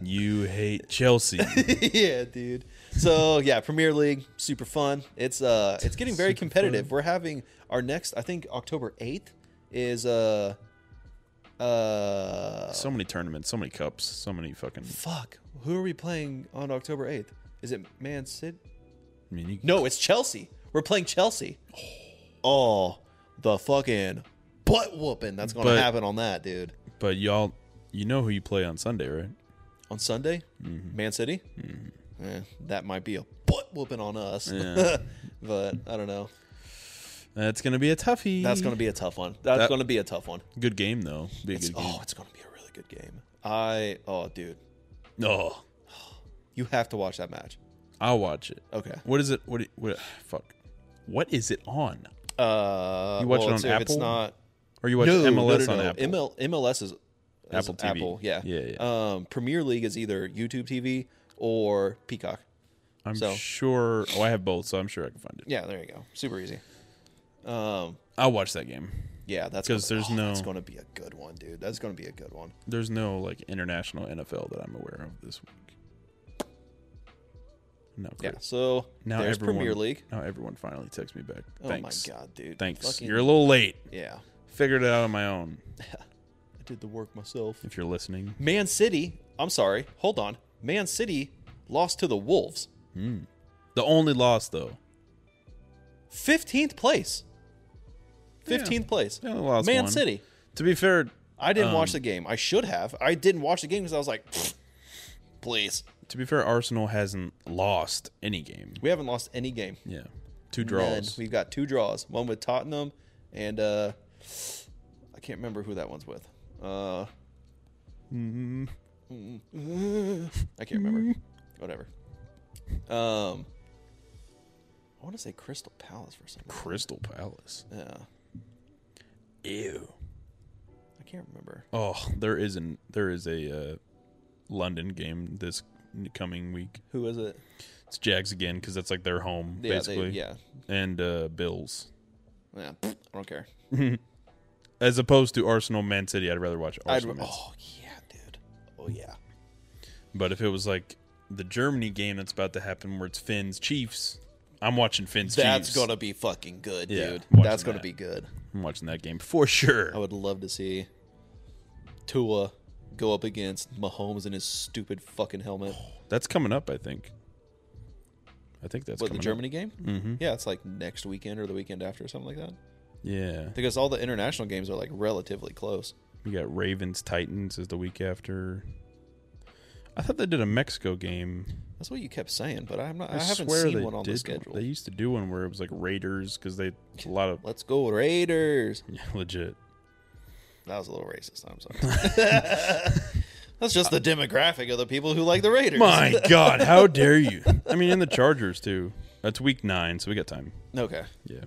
B: you hate Chelsea.
A: yeah, dude. So yeah, Premier League, super fun. It's uh, it's getting very
B: Super
A: competitive. We're having our next, I think, October eighth is uh, uh,
B: so many tournaments. So many cups. So many fucking.
A: fuck. Who are we playing on October eighth? Is it Man City?
B: I mean, you,
A: No, it's Chelsea. We're playing Chelsea. Oh, the fucking butt whooping that's going
B: But-
A: to happen on that, dude.
B: But y'all, you know who you play on Sunday, right?
A: On Sunday,
B: Mm-hmm.
A: Man City. Eh, that might be a butt whooping on us.
B: Yeah.
A: but I don't know.
B: That's gonna be a toughie.
A: That's going to be a tough one. That's
B: That-
A: going to be a tough one.
B: be good game though. Be a
A: It's,
B: good game.
A: oh, it's going to be a really good game. I oh, dude,
B: No,
A: you have to watch that match.
B: Oh, I'll watch it.
A: Okay.
B: What is it? What? it- What? Fuck. What is it on?
A: Uh,
B: You watch
A: well,
B: it on
A: it's- if It's
B: Apple?
A: not
B: Or you watch
A: no,
B: MLS
A: no, no,
B: on
A: no.
B: Apple?
A: ML, MLS is, is
B: Apple TV.
A: Apple, yeah.
B: Yeah,
A: Um, Premier League is either YouTube TV or Peacock.
B: I'm
A: so-
B: sure. Oh, I have both, so I'm sure I can find it.
A: Yeah, there you go. Super easy. Um,
B: I'll watch that game.
A: yeah, that's
B: 'Cause
A: gonna-
B: there's
A: oh,
B: no-
A: That's going to be a good one, dude. That's going to be a good one.
B: There's no like international NFL that I'm aware of this week. No.
A: Yeah.
B: Chris.
A: So
B: Now
A: there's
B: everyone.
A: Premier League.
B: Now everyone finally texts me back.
A: Oh
B: Thanks.
A: my god, dude.
B: Thanks.
A: Fucking-
B: You're a little late.
A: yeah.
B: Figured it out on my own.
A: I did the work myself.
B: If you're listening,
A: Man City. I'm sorry. Hold on. Man City lost to the Wolves.
B: the only loss though.
A: 15th place.
B: Yeah.
A: 15th place.
B: They only lost
A: Man
B: one.
A: City.
B: To be fair,
A: I didn't
B: Um,
A: watch the game. I should have. I didn't watch the game because I was like, "Pfft, please.
B: to be fair, Arsenal hasn't lost any game.
A: We haven't lost any game.
B: Yeah, two
A: None.
B: draws.
A: We've got two draws. One with Tottenham, and uh, I can't remember who that one's with. Uh,
B: Mm-hmm.
A: I can't remember. Whatever. Um, I want to say Crystal Palace for some reason.
B: Crystal Palace.
A: Yeah,
B: Ew.
A: I can't remember.
B: Oh, there is an there is a uh, London game this coming week.
A: Who is it?
B: It's Jags again because that's like their home
A: Yeah,
B: basically.
A: They, yeah.
B: And uh, Bills.
A: yeah. pfft, I don't care.
B: As opposed to Arsenal, Man City, I'd rather watch
A: I'd,
B: Arsenal. Man City.
A: oh, yeah, dude. Oh, yeah.
B: But if it was like the Germany game that's about to happen, where it's Finns Chiefs, I'm watching Finns
A: That's
B: Chiefs.
A: going to be fucking good,
B: Yeah,
A: dude.
B: watching
A: That's going
B: that.
A: to be good.
B: I'm watching that game for sure.
A: I would love to see Tua go up against Mahomes in his stupid fucking helmet.
B: That's coming up, I think. I think that's
A: What the
B: coming
A: Germany game? Mm-hmm. Yeah, it's like next weekend or the weekend after, something like that.
B: Up. Yeah,
A: Because all the international games are like relatively close.
B: we got Ravens Titans is the week after. I thought they did a Mexico game.
A: That's what you kept saying, but I'm not. I,
B: I,
A: haven't
B: swear
A: seen
B: they
A: one on
B: did.
A: the schedule.
B: They used to do one where it was like Raiders because they a lot of
A: Let's go Raiders.
B: yeah, legit.
A: That was a little racist. I'm sorry. That's just the demographic of the people who like the Raiders.
B: My God, how dare you? I mean, and the Chargers too. That's week nine, so we got time.
A: Okay.
B: Yeah,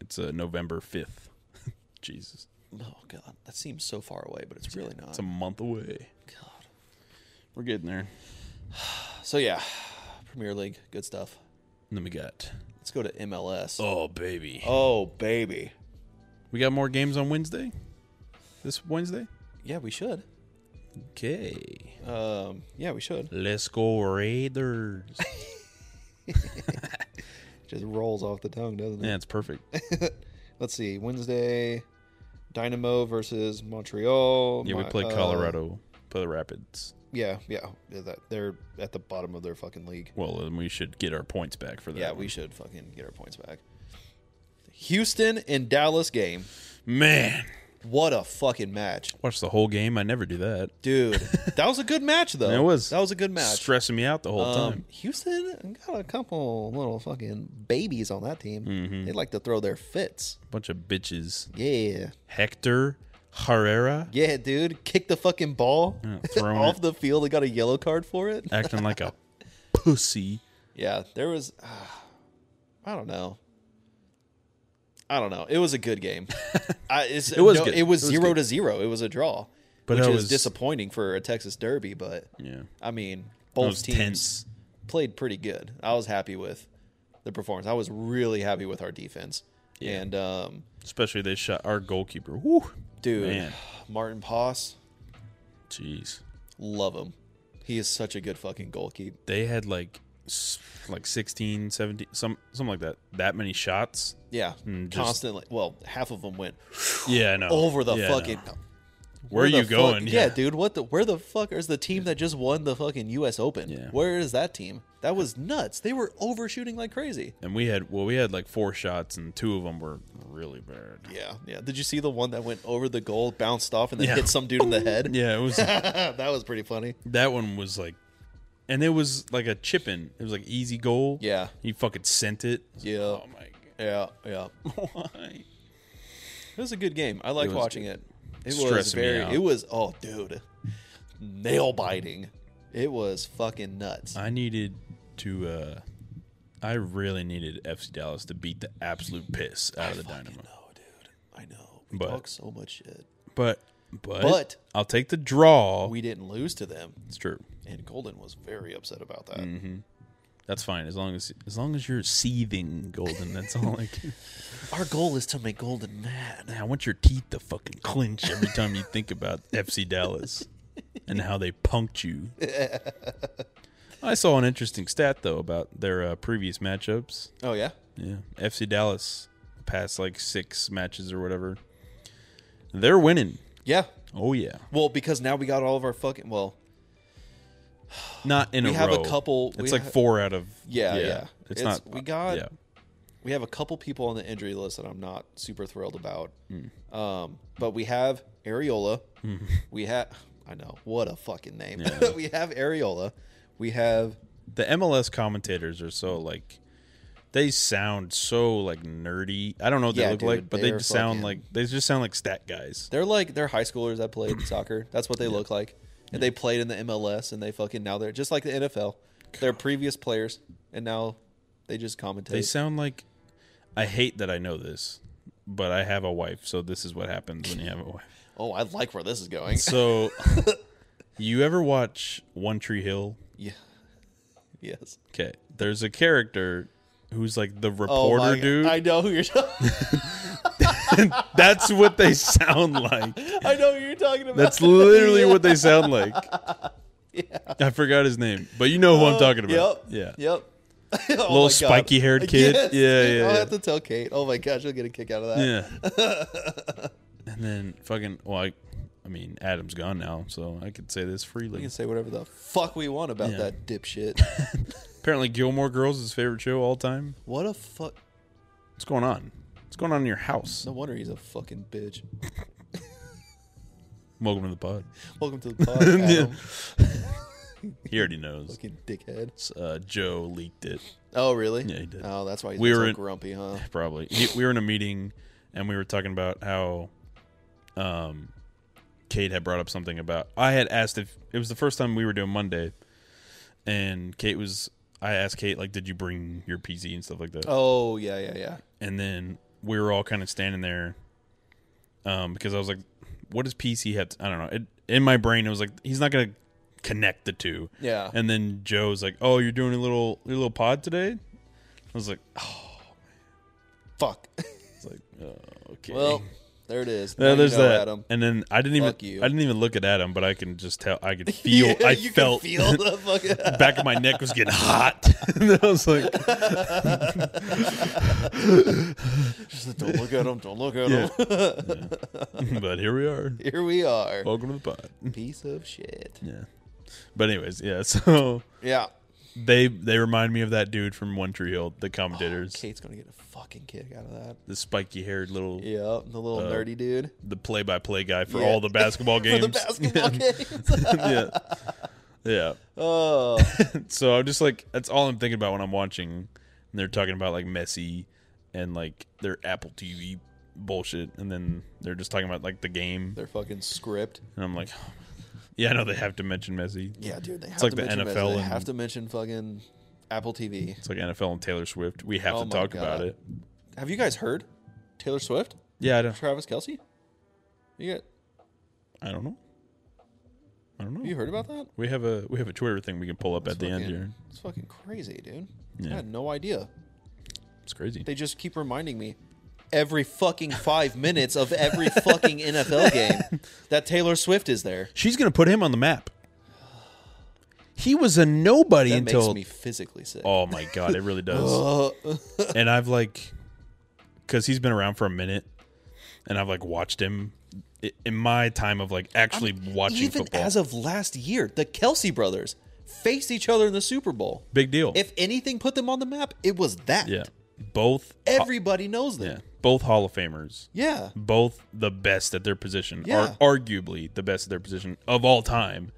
B: it's uh, November fifth. Jesus,
A: Oh God, that seems so far away, but it's really not.
B: it's a month away.
A: God.
B: We're getting there.
A: So yeah, Premier League, good stuff.
B: And then we got
A: Let's Let's go to MLS.
B: Oh baby,
A: Oh, baby.
B: we got more games on Wednesday. This Wednesday.
A: Yeah, we should.
B: Okay,
A: Um, yeah, we should.
B: let's go Raiders.
A: Just rolls off the tongue, doesn't
B: yeah,
A: it?
B: it's perfect.
A: Let's see. Wednesday, Dynamo versus Montreal.
B: Yeah, we
A: My-
B: play
A: uh,
B: Colorado, play the Rapids.
A: Yeah, yeah, yeah. That they're at the bottom of their fucking league.
B: Well, then we should get our points back for that.
A: Yeah,
B: one.
A: we should fucking get our points back. Houston and Dallas game.
B: Man,
A: What a fucking match,
B: watch the whole game. I never do that.
A: dude. that was a good match though.
B: It was.
A: That was a good match.
B: Stressing me out the whole
A: Um,
B: time.
A: Houston got a couple little fucking babies on that team.
B: Mm-hmm.
A: They like to throw their fits.
B: Bunch of bitches.
A: Yeah,
B: Hector Herrera
A: yeah, dude. Kick the fucking ball
B: Yeah, throwing
A: off
B: it.
A: the field. They got a yellow card for it.
B: acting like a pussy.
A: Yeah, there was. I don't know. I don't know. It was a good game. I, it's,
B: It was
A: no,
B: good.
A: It was
B: It was
A: zero
B: good.
A: to zero. It was a draw,
B: But
A: which
B: that
A: is
B: was-
A: disappointing for a Texas Derby. But
B: Yeah.
A: I mean,
B: It
A: both
B: was
A: teams
B: tense.
A: played pretty good. I was happy with the performance. I was really happy with our defense.
B: Yeah.
A: And um,
B: Especially they shot our goalkeeper. Woo.
A: dude,
B: Man.
A: Martin Poss,
B: Jeez.
A: love him. He is such a good fucking goalkeeper.
B: They had like s- like 16, 17, some something like that. That many shots.
A: Yeah,
B: Mm, just-
A: constantly. Well, half of them went
B: Yeah, I know.
A: over the
B: Yeah, I know.
A: fucking.
B: Where, are
A: the
B: you
A: fuck-
B: going?
A: yeah. dude. What the? Where the fuck is the team that just won the fucking U.S. Open?
B: Yeah.
A: Where is that team? That was nuts. They were overshooting like crazy.
B: And we had well, we had like four shots, and two of them were really bad.
A: Yeah, yeah. Did you see the one that went over the goal, bounced off, and then
B: Yeah.
A: hit some dude in the head? Ah,
B: Yeah, it was
A: that was pretty funny.
B: that one was like, and it was like a chip in. It was like easy goal.
A: Yeah.
B: he fucking sent it.
A: Yeah.
B: Oh my
A: Yeah, yeah.
B: god, why?
A: It was a good game. I liked
B: was
A: watching
B: good.
A: it. It was
B: Stressing me
A: very.
B: out.
A: It was oh, dude, nail biting. It was fucking nuts.
B: I needed to. uh I really needed FC Dallas to beat the absolute piss out of the Dynamo.
A: know, dude. I know. We
B: But-
A: talk so much shit.
B: But, but
A: But-
B: I'll take the draw.
A: We didn't lose to them,
B: it's true.
A: and Golden was very upset about that.
B: Mm-hmm. That's fine as long as as long as you're seething, Golden. That's all I can.
A: Our goal is to make Golden mad.
B: I want your teeth to fucking clench every time you think about FC Dallas and how they punked you. I saw an interesting stat though about their uh, previous matchups.
A: Oh yeah,
B: Yeah, FC Dallas past like six matches or whatever, they're winning.
A: yeah.
B: Oh yeah,
A: Well, because now we got all of our fucking. Well,
B: not in
A: We
B: a
A: have a
B: row.
A: couple-
B: It's
A: we
B: like
A: ha-
B: four out of
A: Yeah, yeah.
B: It's,
A: It's-
B: not
A: we got-
B: yeah.
A: we have a couple people on the injury list that I'm not super thrilled about.
B: Hmm.
A: Um, but we have Areola. We have. I know what a fucking name.
B: Yeah.
A: we have Areola. We have.
B: the MLS commentators are so like they sound so like nerdy. I don't know what
A: Yeah,
B: they look
A: dude,
B: like, but they
A: they're
B: just sound
A: fucking-
B: like they just sound like stat guys.
A: They're like they're high schoolers that played soccer. That's what they look like. And they played in the MLS, and they fucking now they're just like the NFL. They're previous players, and now they just commentate.
B: They sound like I hate that I know this, but I have a wife, so this is what happens when you have a wife.
A: oh, I like where this is going.
B: So you ever watch One Tree Hill?
A: Yeah. Yes.
B: Okay. There's a character who's like the reporter dude.
A: Oh I know who you're talking.
B: That's what they sound like.
A: I know who you're talking about.
B: That's literally what they sound like. I forgot his name, but you know who
A: Uh,
B: I'm talking about.
A: Yep.
B: Yeah.
A: Yep. Oh my
B: Little
A: God.
B: spiky-haired kid.
A: Yes, dude,
B: Yeah, yeah,
A: I'll
B: yeah.
A: have to tell Kate. Oh my gosh, she'll get a kick out of that.
B: Yeah. and then fucking well, I, I mean, Adam's gone now, so I could say this
A: We
B: freely.
A: can say whatever the fuck we want about
B: Yeah.
A: that dipshit.
B: Apparently, Gilmore Girls is his favorite show of all time.
A: what a fuck.
B: What's going on? What's going on in your house?
A: No wonder he's a fucking bitch.
B: Welcome to the pod.
A: Welcome to the pod, Adam.
B: He already knows.
A: Fucking dickhead.
B: It's, Uh, Joe leaked it.
A: Oh really?
B: Yeah, he did.
A: Oh, that's why he's
B: We
A: so
B: were in-
A: grumpy, huh?
B: Probably. He- we were in a meeting, and we were talking about how, um, Kate had brought up something about I had asked if it was the first time we were doing Monday, and Kate was. I asked Kate like, did you bring your PC and stuff like that?
A: Oh yeah, yeah, yeah.
B: and then we were all kind of standing there um, because I was like, "What does PC have?" To, I don't know. It, in my brain, it was like he's not gonna connect the two.
A: Yeah.
B: And then Joe's like, "Oh, you're doing a little your little pod today." I was like, "Oh,
A: Fuck.
B: It's like, oh, okay.
A: well, there it is.
B: Yeah,
A: Now
B: there's
A: you know,
B: that.
A: Adam.
B: And then I didn't even
A: Fuck you.
B: I didn't even look at Adam, but I can just tell I could feel I
A: you
B: felt
A: Can feel the fucking.
B: back of my neck was getting hot. and I was like,
A: Just like, don't look at him. Don't look at
B: Yeah.
A: him.
B: but here we are.
A: Here we are.
B: Welcome to the pod.
A: Piece of shit.
B: Yeah. But anyways, yeah, so
A: Yeah.
B: they they remind me of that dude from One Tree Hill, the commentators.
A: Kate's gonna get a fucking kick out of that.
B: The spiky haired little
A: Yeah, the little
B: Uh,
A: nerdy dude
B: the play by play guy for
A: Yeah.
B: all the basketball
A: for
B: games.
A: the basketball games.
B: yeah. Yeah.
A: oh,
B: so I'm just like that's all I'm thinking about when I'm watching. And they're talking about like Messi and like their Apple TV bullshit, and then they're just talking about like the game,
A: their fucking script.
B: and I'm like, yeah, I know they have to mention Messi.
A: Yeah, dude, they have
B: like
A: to
B: the
A: mention Messi.
B: NFL
A: They
B: and-
A: have to mention fucking Apple TV.
B: It's like NFL and Taylor Swift. We have
A: Oh
B: to
A: my
B: talk about
A: God.
B: it.
A: Have you guys heard Taylor Swift,
B: Yeah, I don't.
A: Travis Kelsey? You got,
B: I don't know. I don't know.
A: you heard about that?
B: we have a we have a Twitter thing we can pull up at the end
A: Fucking-
B: here.
A: It's fucking crazy, dude.
B: Yeah.
A: I had no idea.
B: It's crazy.
A: They just keep reminding me every fucking five minutes of every fucking NFL game that Taylor Swift is there.
B: She's gonna put him on the map. He was a nobody
A: That
B: until.
A: makes me physically sick.
B: oh my god, it really does.
A: Uh,
B: and I've like, because he's been around for a minute, and I've like watched him i- in my time of like actually watching
A: even
B: football.
A: as of last year, the Kelsey brothers faced each other in the Super Bowl.
B: Big deal.
A: If anything put them on the map, it was that.
B: yeah, both
A: Everybody knows
B: yeah,
A: them.
B: both Hall of Famers,
A: Yeah.
B: both the best at their position,
A: Yeah.
B: are arguably the best at their position of all time.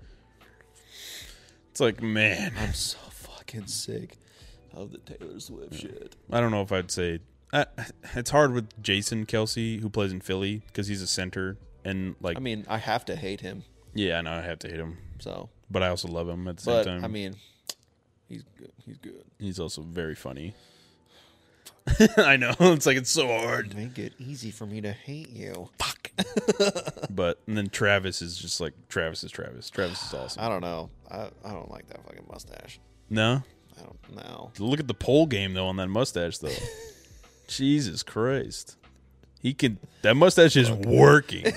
B: It's like man,
A: I'm so fucking sick of the Taylor Swift shit.
B: I don't know if I'd say I, it's hard with Jason Kelsey who plays in Philly because he's a center and like
A: I mean, I have to hate him.
B: yeah, I know I have to hate him,
A: So,
B: but I also love him at the
A: but
B: same time.
A: I mean, he's good. He's good.
B: He's also very funny. I know. It's like it's so hard.
A: Make it easy for me to hate you.
B: Fuck. but and then Travis is just like Travis is Travis. Travis is awesome.
A: I don't know. I, I don't like that fucking mustache.
B: No.
A: I don't know.
B: Look at the pole game though on that mustache though. Jesus Christ. He can that mustache is working.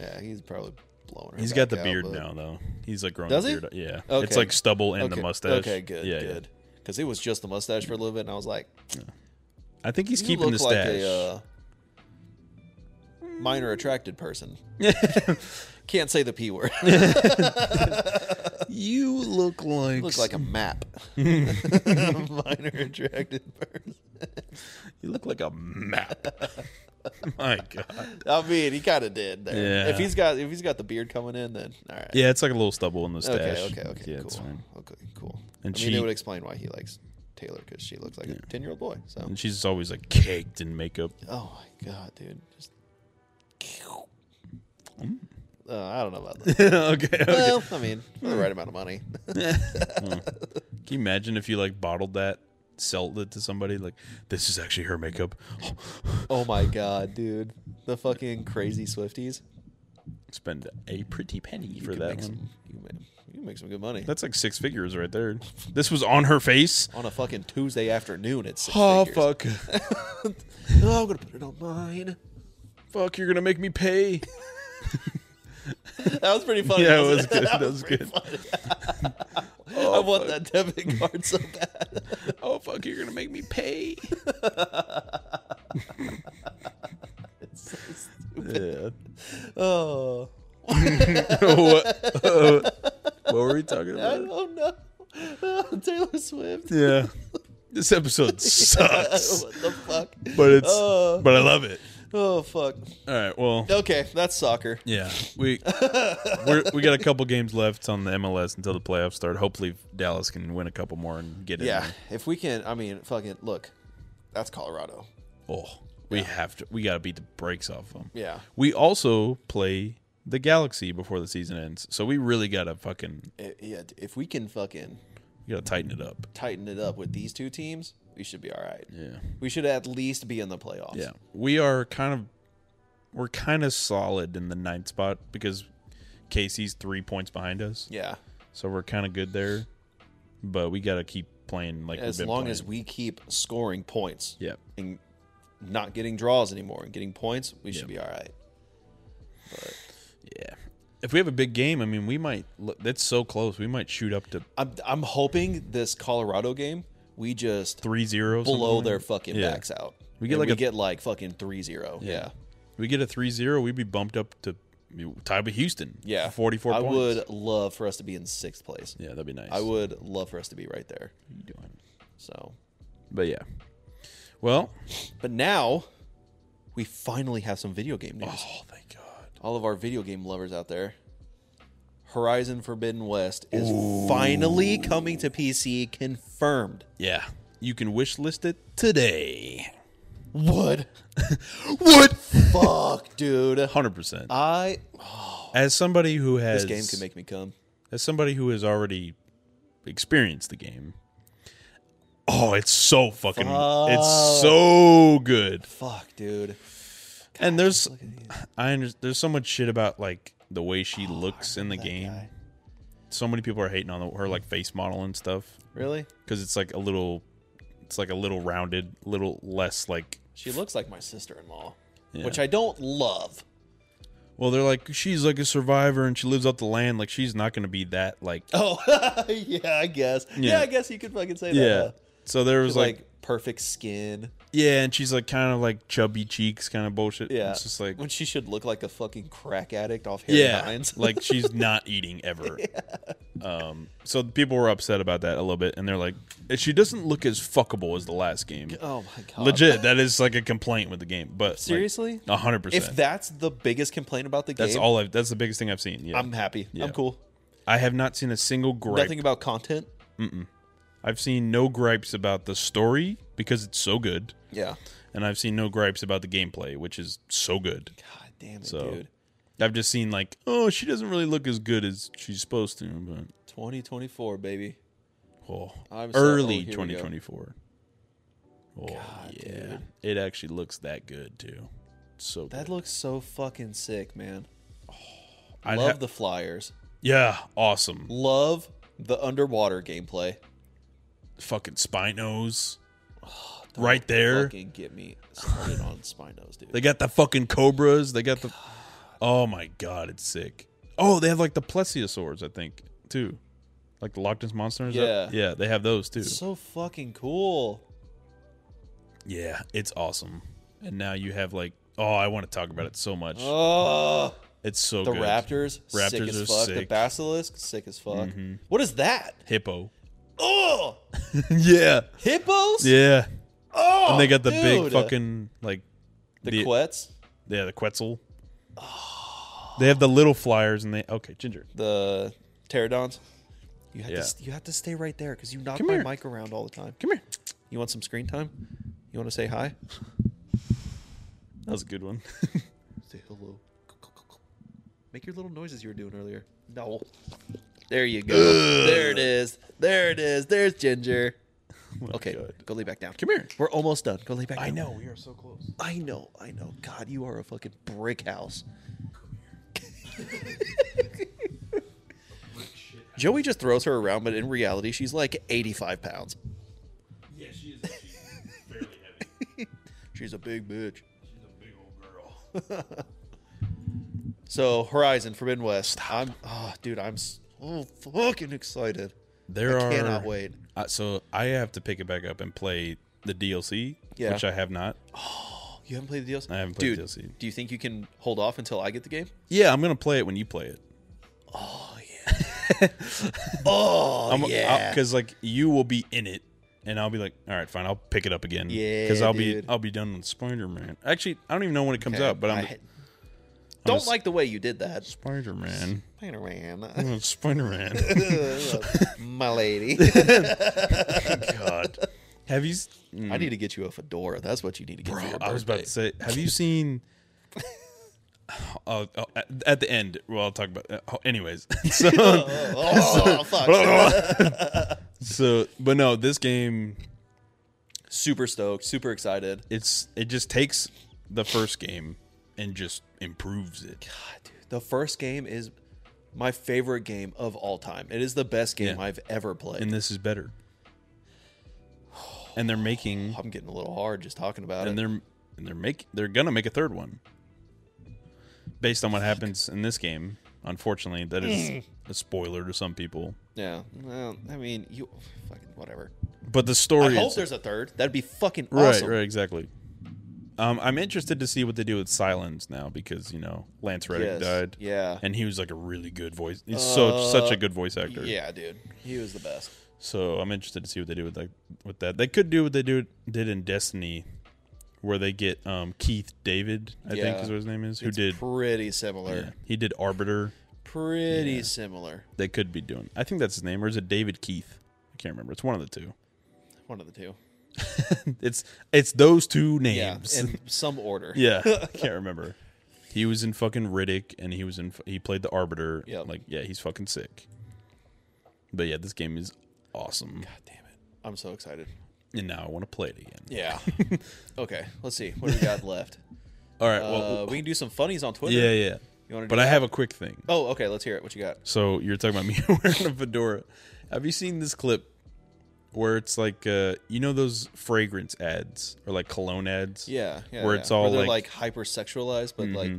A: Yeah, he's probably blowing. Her
B: He's got the
A: back out,
B: beard
A: but-
B: now though. He's like growing
A: Does
B: the
A: he?
B: beard. Yeah. It's
A: Okay.
B: like stubble and
A: okay.
B: the mustache.
A: Okay, good,
B: Yeah, yeah.
A: good. Because it was just the mustache for a little bit, and I was like,
B: I think he's
A: you
B: keeping the
A: look like
B: stash.
A: a uh, minor attracted person. Can't say the p word.
B: you look like
A: Looks like a map. minor attracted person.
B: you look like a map. My God.
A: I mean, he kind of did. There.
B: Yeah.
A: If he's got if he's got the beard coming in, then all right.
B: Yeah, it's like a little stubble in the
A: Okay.
B: stash.
A: Okay. Okay.
B: Yeah,
A: cool.
B: it's fine.
A: Okay. Cool.
B: And
A: I
B: she-
A: mean, it would explain why he likes Taylor because she looks like a ten year old boy. So.
B: And she's always like caked in makeup.
A: Oh my god, dude. Just. Uh, I don't know about that.
B: okay, Mm. okay.
A: well, I mean, for the right amount of money.
B: Can you imagine if you like bottled that, sold it to somebody? Like, this is actually her makeup.
A: oh my god, dude. The fucking crazy Swifties.
B: Spend a pretty penny for
A: could
B: that
A: make
B: one.
A: Some, you, can make, you can make some good money.
B: That's like six figures right there. This was on her face.
A: on a fucking Tuesday afternoon at six
B: Oh
A: figures.
B: fuck,
A: No, I'm gonna put it on mine.
B: fuck! You're gonna make me pay.
A: That was pretty funny.
B: Yeah, it
A: wasn't
B: was good. Oh, That
A: was
B: was good.
A: I want that debit card so bad.
B: Oh fuck! You're gonna make me pay. Yeah.
A: Oh,
B: what? what were we talking
A: I
B: about?
A: don't know. Taylor Swift.
B: Yeah. This episode sucks,
A: what the fuck?
B: but it's
A: Uh.
B: but I love it.
A: Oh fuck.
B: All right. Well,
A: Okay, that's soccer.
B: Yeah, we we're, we got a couple games left on the MLS until the playoffs start. Hopefully, Dallas can win a couple more and get in.
A: Yeah,
B: there.
A: if we can, I mean, fucking look, that's Colorado.
B: Oh, we have to. We got to beat the brakes off them.
A: Yeah,
B: We also play the Galaxy before the season ends, so we really got to fucking
A: I- yeah. d- If we can fucking
B: we got to tighten it up.
A: tighten it up with these two teams, we should be all right.
B: Yeah,
A: We should at least be in the playoffs.
B: yeah. We are kind of we're kind of solid in the ninth spot because Casey's three points behind us,
A: yeah.
B: so we're kind of good there. But we got to keep playing like
A: As
B: we've been
A: long
B: playing.
A: as we keep scoring points
B: yeah.
A: and not getting draws anymore and getting points, we should be
B: Yeah.
A: all right.
B: Yeah. If we have a big game, I mean, we might. look, That's so close. We might shoot up to
A: I'm I'm hoping this Colorado game we just
B: three zeros.
A: blow their fucking
B: Yeah.
A: backs out.
B: We get
A: And
B: like
A: we
B: a-
A: get like fucking 3-0. Yeah. yeah.
B: We get a 3-0, we'd be bumped up to tied with Houston. forty four.
A: I
B: points.
A: would love for us to be in 6th place.
B: Yeah, that'd be nice.
A: I would love for us to be right there.
B: What are you doing?
A: So,
B: But yeah. Well.
A: but now we finally have some video game news.
B: Oh, thank God.
A: All of our video game lovers out there, Horizon Forbidden West is finally coming to PC confirmed.
B: Yeah, you can wish list it today.
A: What?
B: What?
A: Fuck, dude.
B: Hundred percent.
A: I
B: As somebody who has
A: Uh, this game can make me come.
B: as somebody who has already experienced the game. Oh, it's so fucking. It's
A: Fuck.
B: so good.
A: Fuck, dude.
B: and there's I under, there's so much shit about like the way
A: Oh,
B: she looks in the game.
A: guy.
B: So many people are hating on the, her like face model and stuff
A: Really?
B: because it's like a little, it's like a little rounded, little less like.
A: She looks like my sister-in-law,
B: Yeah.
A: which I don't love.
B: Well, they're like she's like a survivor and she lives off the land. Like she's not gonna be that like.
A: Oh, yeah, I guess. Yeah.
B: Yeah.
A: I guess you could fucking say
B: yeah.
A: that.
B: So there was
A: She's
B: like,
A: like, perfect skin.
B: yeah, and she's like kind of like chubby cheeks, kind of bullshit.
A: Yeah.
B: It's just like
A: when she should look like a fucking crack addict off Harry
B: yeah,
A: Hines.
B: like she's not eating ever. Um, so people were upset about that a little bit, and they're like, she doesn't look as fuckable as the last game.
A: oh my god.
B: Legit, that is like a complaint with the game. But
A: Seriously?
B: a hundred
A: if
B: percent.
A: that's the biggest complaint about the game,
B: That's all. I've, that's the biggest thing I've seen. Yeah,
A: I'm happy.
B: Yeah.
A: I'm cool.
B: I have not seen a single gripe.
A: Nothing about content.
B: I've seen no gripes about the story because it's so good,
A: Yeah.
B: and I've seen no gripes about the gameplay, which is so good.
A: God damn it,
B: So-
A: dude.
B: I've just seen like, oh, she doesn't really look as good as she's supposed to, but
A: 2024, baby.
B: Oh,
A: I'm so- oh,
B: early
A: here we go.
B: 2024. Oh,
A: God,
B: yeah. It actually looks that good, too. So
A: That
B: good.
A: looks so fucking sick, man.
B: I'd
A: Love
B: ha-
A: the flyers.
B: yeah, awesome.
A: Love the underwater gameplay.
B: Fucking Spinos. right there.
A: Fucking get me started on Spinos, dude.
B: They got the fucking Cobras. They got the. Oh, my God. It's sick. Oh, they have like the plesiosaurs, I think, too. Like the Loch Ness Monster. and stuff.
A: Yeah.
B: Yeah, they have those, too.
A: so fucking cool.
B: yeah, it's awesome. And now you have like. Oh, I want to talk about it so much.
A: Oh,
B: it's so
A: the
B: good.
A: raptors, sick
B: Raptors
A: as
B: are
A: fuck. The
B: sick. Mm-hmm.
A: basilisk, sick as fuck. What is that?
B: Hippo.
A: Oh,
B: yeah.
A: hippos.
B: Yeah.
A: Oh,
B: And they got the big
A: dude.
B: fucking like
A: the,
B: the-
A: quets,
B: yeah the Quetzal. They have the little flyers and they okay Ginger.
A: the pterodons. You have
B: Yeah.
A: to st- you have to stay right there because you knock
B: Come
A: my
B: here.
A: mic around all the time.
B: Come here.
A: You want some screen time? You want to say hi?
B: That was a good one.
A: Say hello. Make your little noises you were doing earlier. No. There you go. There it is. There it is. There's Ginger. Okay,
B: Oh God.
A: go lay back down.
B: Come here.
A: We're almost done. Go lay back down.
B: we are so close.
A: I know. I know. God, you are a fucking brick house. Joey just throws her around, but in reality, she's like 85 pounds.
B: Yeah, she is. She's fairly heavy.
A: She's a big bitch.
B: She's a big old girl.
A: So, Horizon Forbidden West. I'm, oh, dude, I'm so fucking excited.
B: There are.
A: Cannot wait.
B: Uh, so I have to pick it back up and play the DLC,
A: Yeah.
B: which I have not.
A: Oh, You haven't played the DLC?
B: I haven't played
A: Dude,
B: the DLC.
A: Do you think you can hold off until I get the game?
B: Yeah, I'm gonna play it when you play it.
A: Oh,
B: I'm
A: yeah.
B: because like you will be in it, and I'll be like, all right, fine, I'll pick it up again.
A: Yeah,
B: I'll
A: dude.
B: be I'll be done with Spider Man. Actually, I don't even know when it comes
A: Okay,
B: out, but I'm
A: I- don't
B: just-
A: like the way you did that.
B: Spider Man.
A: Spider Man.
B: Spider Man.
A: My lady.
B: God, have you? s-
A: I need to get you a fedora. That's what you need to get for your
B: Mm. I was about
A: birthday.
B: to say, have you seen? Oh, oh, at- at the end, well, I'll talk about. oh, anyways, so,
A: Oh, fuck.
B: so, but no, this game,
A: super stoked. Super excited.
B: it's it just takes the first game and just improves it.
A: God, Ah, dude. The first game is my favorite game of all time. It is the best game
B: Yeah.
A: I've ever played.
B: and this is better. And they're making
A: I'm getting a little hard just talking about
B: and
A: it.
B: they're and they're make they're gonna make a third one based on what happens in this game. Unfortunately, that
A: Mm.
B: is a spoiler to some people.
A: Yeah. Well, I mean, you fucking whatever.
B: But the story
A: I hope
B: is
A: there's a third. That'd be fucking
B: right,
A: awesome.
B: right, exactly. Um, I'm interested to see what they do with Silence now because you know Lance
A: Yes.
B: Reddick died,
A: Yeah.
B: and he was like a really good voice. He's so such a
A: Uh,
B: good voice actor.
A: Yeah, dude. He was the best.
B: So I'm interested to see what they do with that. With that, they could do what they do did in Destiny, where they get um, Keith David, I think
A: Yeah.
B: is what his name is, who
A: It's
B: did
A: pretty similar.
B: yeah, he did Arbiter.
A: Pretty similar.
B: They could be doing. I think that's his name, or is it David Keith? I can't remember. It's one of the two.
A: One of the two.
B: It's it's those two
A: Yeah,
B: names.
A: in some order.
B: Yeah, I can't remember. He was in fucking Riddick, and he was in. He played the Arbiter. Yeah,
A: Yep.
B: like yeah, he's fucking sick. But yeah, this game is awesome,
A: God damn it. I'm so excited.
B: and now I want to play it again.
A: Yeah. okay. Let's see. What do we got left?
B: All right,
A: Uh,
B: well,
A: we can do some funnies on Twitter.
B: yeah, yeah.
A: You wanna do
B: But I have a quick thing.
A: Oh, okay. Let's hear it. What you got?
B: So you're talking about me wearing a fedora. Have you seen this clip where it's like, uh, you know, those fragrance ads or like cologne ads?
A: Yeah. yeah
B: Where
A: yeah.
B: it's all
A: they're
B: like- Mm-hmm.
A: like, hyper sexualized, but like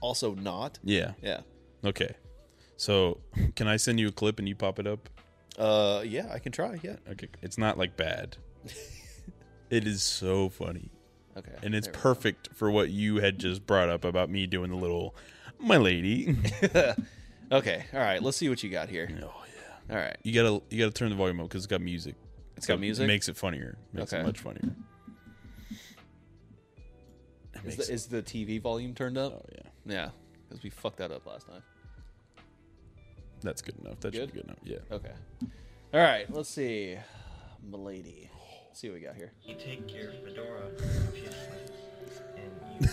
A: also not.
B: Yeah.
A: Yeah.
B: Okay. So can I send you a clip and you pop it up?
A: Uh, yeah. I can try. Yeah.
B: Okay. It's not like bad. it is so funny.
A: Okay.
B: And it's
A: there we go.
B: perfect for what you had just brought up about me doing the little, my lady.
A: Okay. All right. Let's see what you got here.
B: oh, yeah.
A: All right.
B: You gotta you gotta turn the volume up because it's got music.
A: It's got
B: It
A: music?
B: Makes it funnier. Makes it
A: Okay.
B: much funnier. It
A: Is
B: makes
A: the,
B: it-
A: is the TV volume turned up?
B: oh yeah,
A: Yeah. Because we fucked that up last time.
B: that's good enough. That
A: Good?
B: should be good enough. Yeah.
A: Okay. All right. Let's see. Milady. Let's see what we got here.
C: you take your fedora obviously, and you, you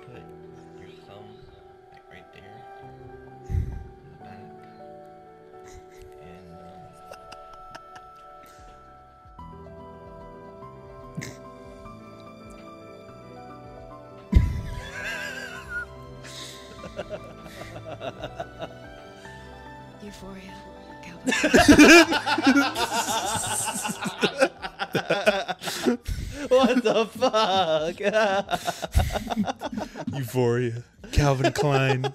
C: put your thumb like right there in the back, and um,
D: Euphoria.
A: What the fuck?
B: Euphoria, Calvin Klein.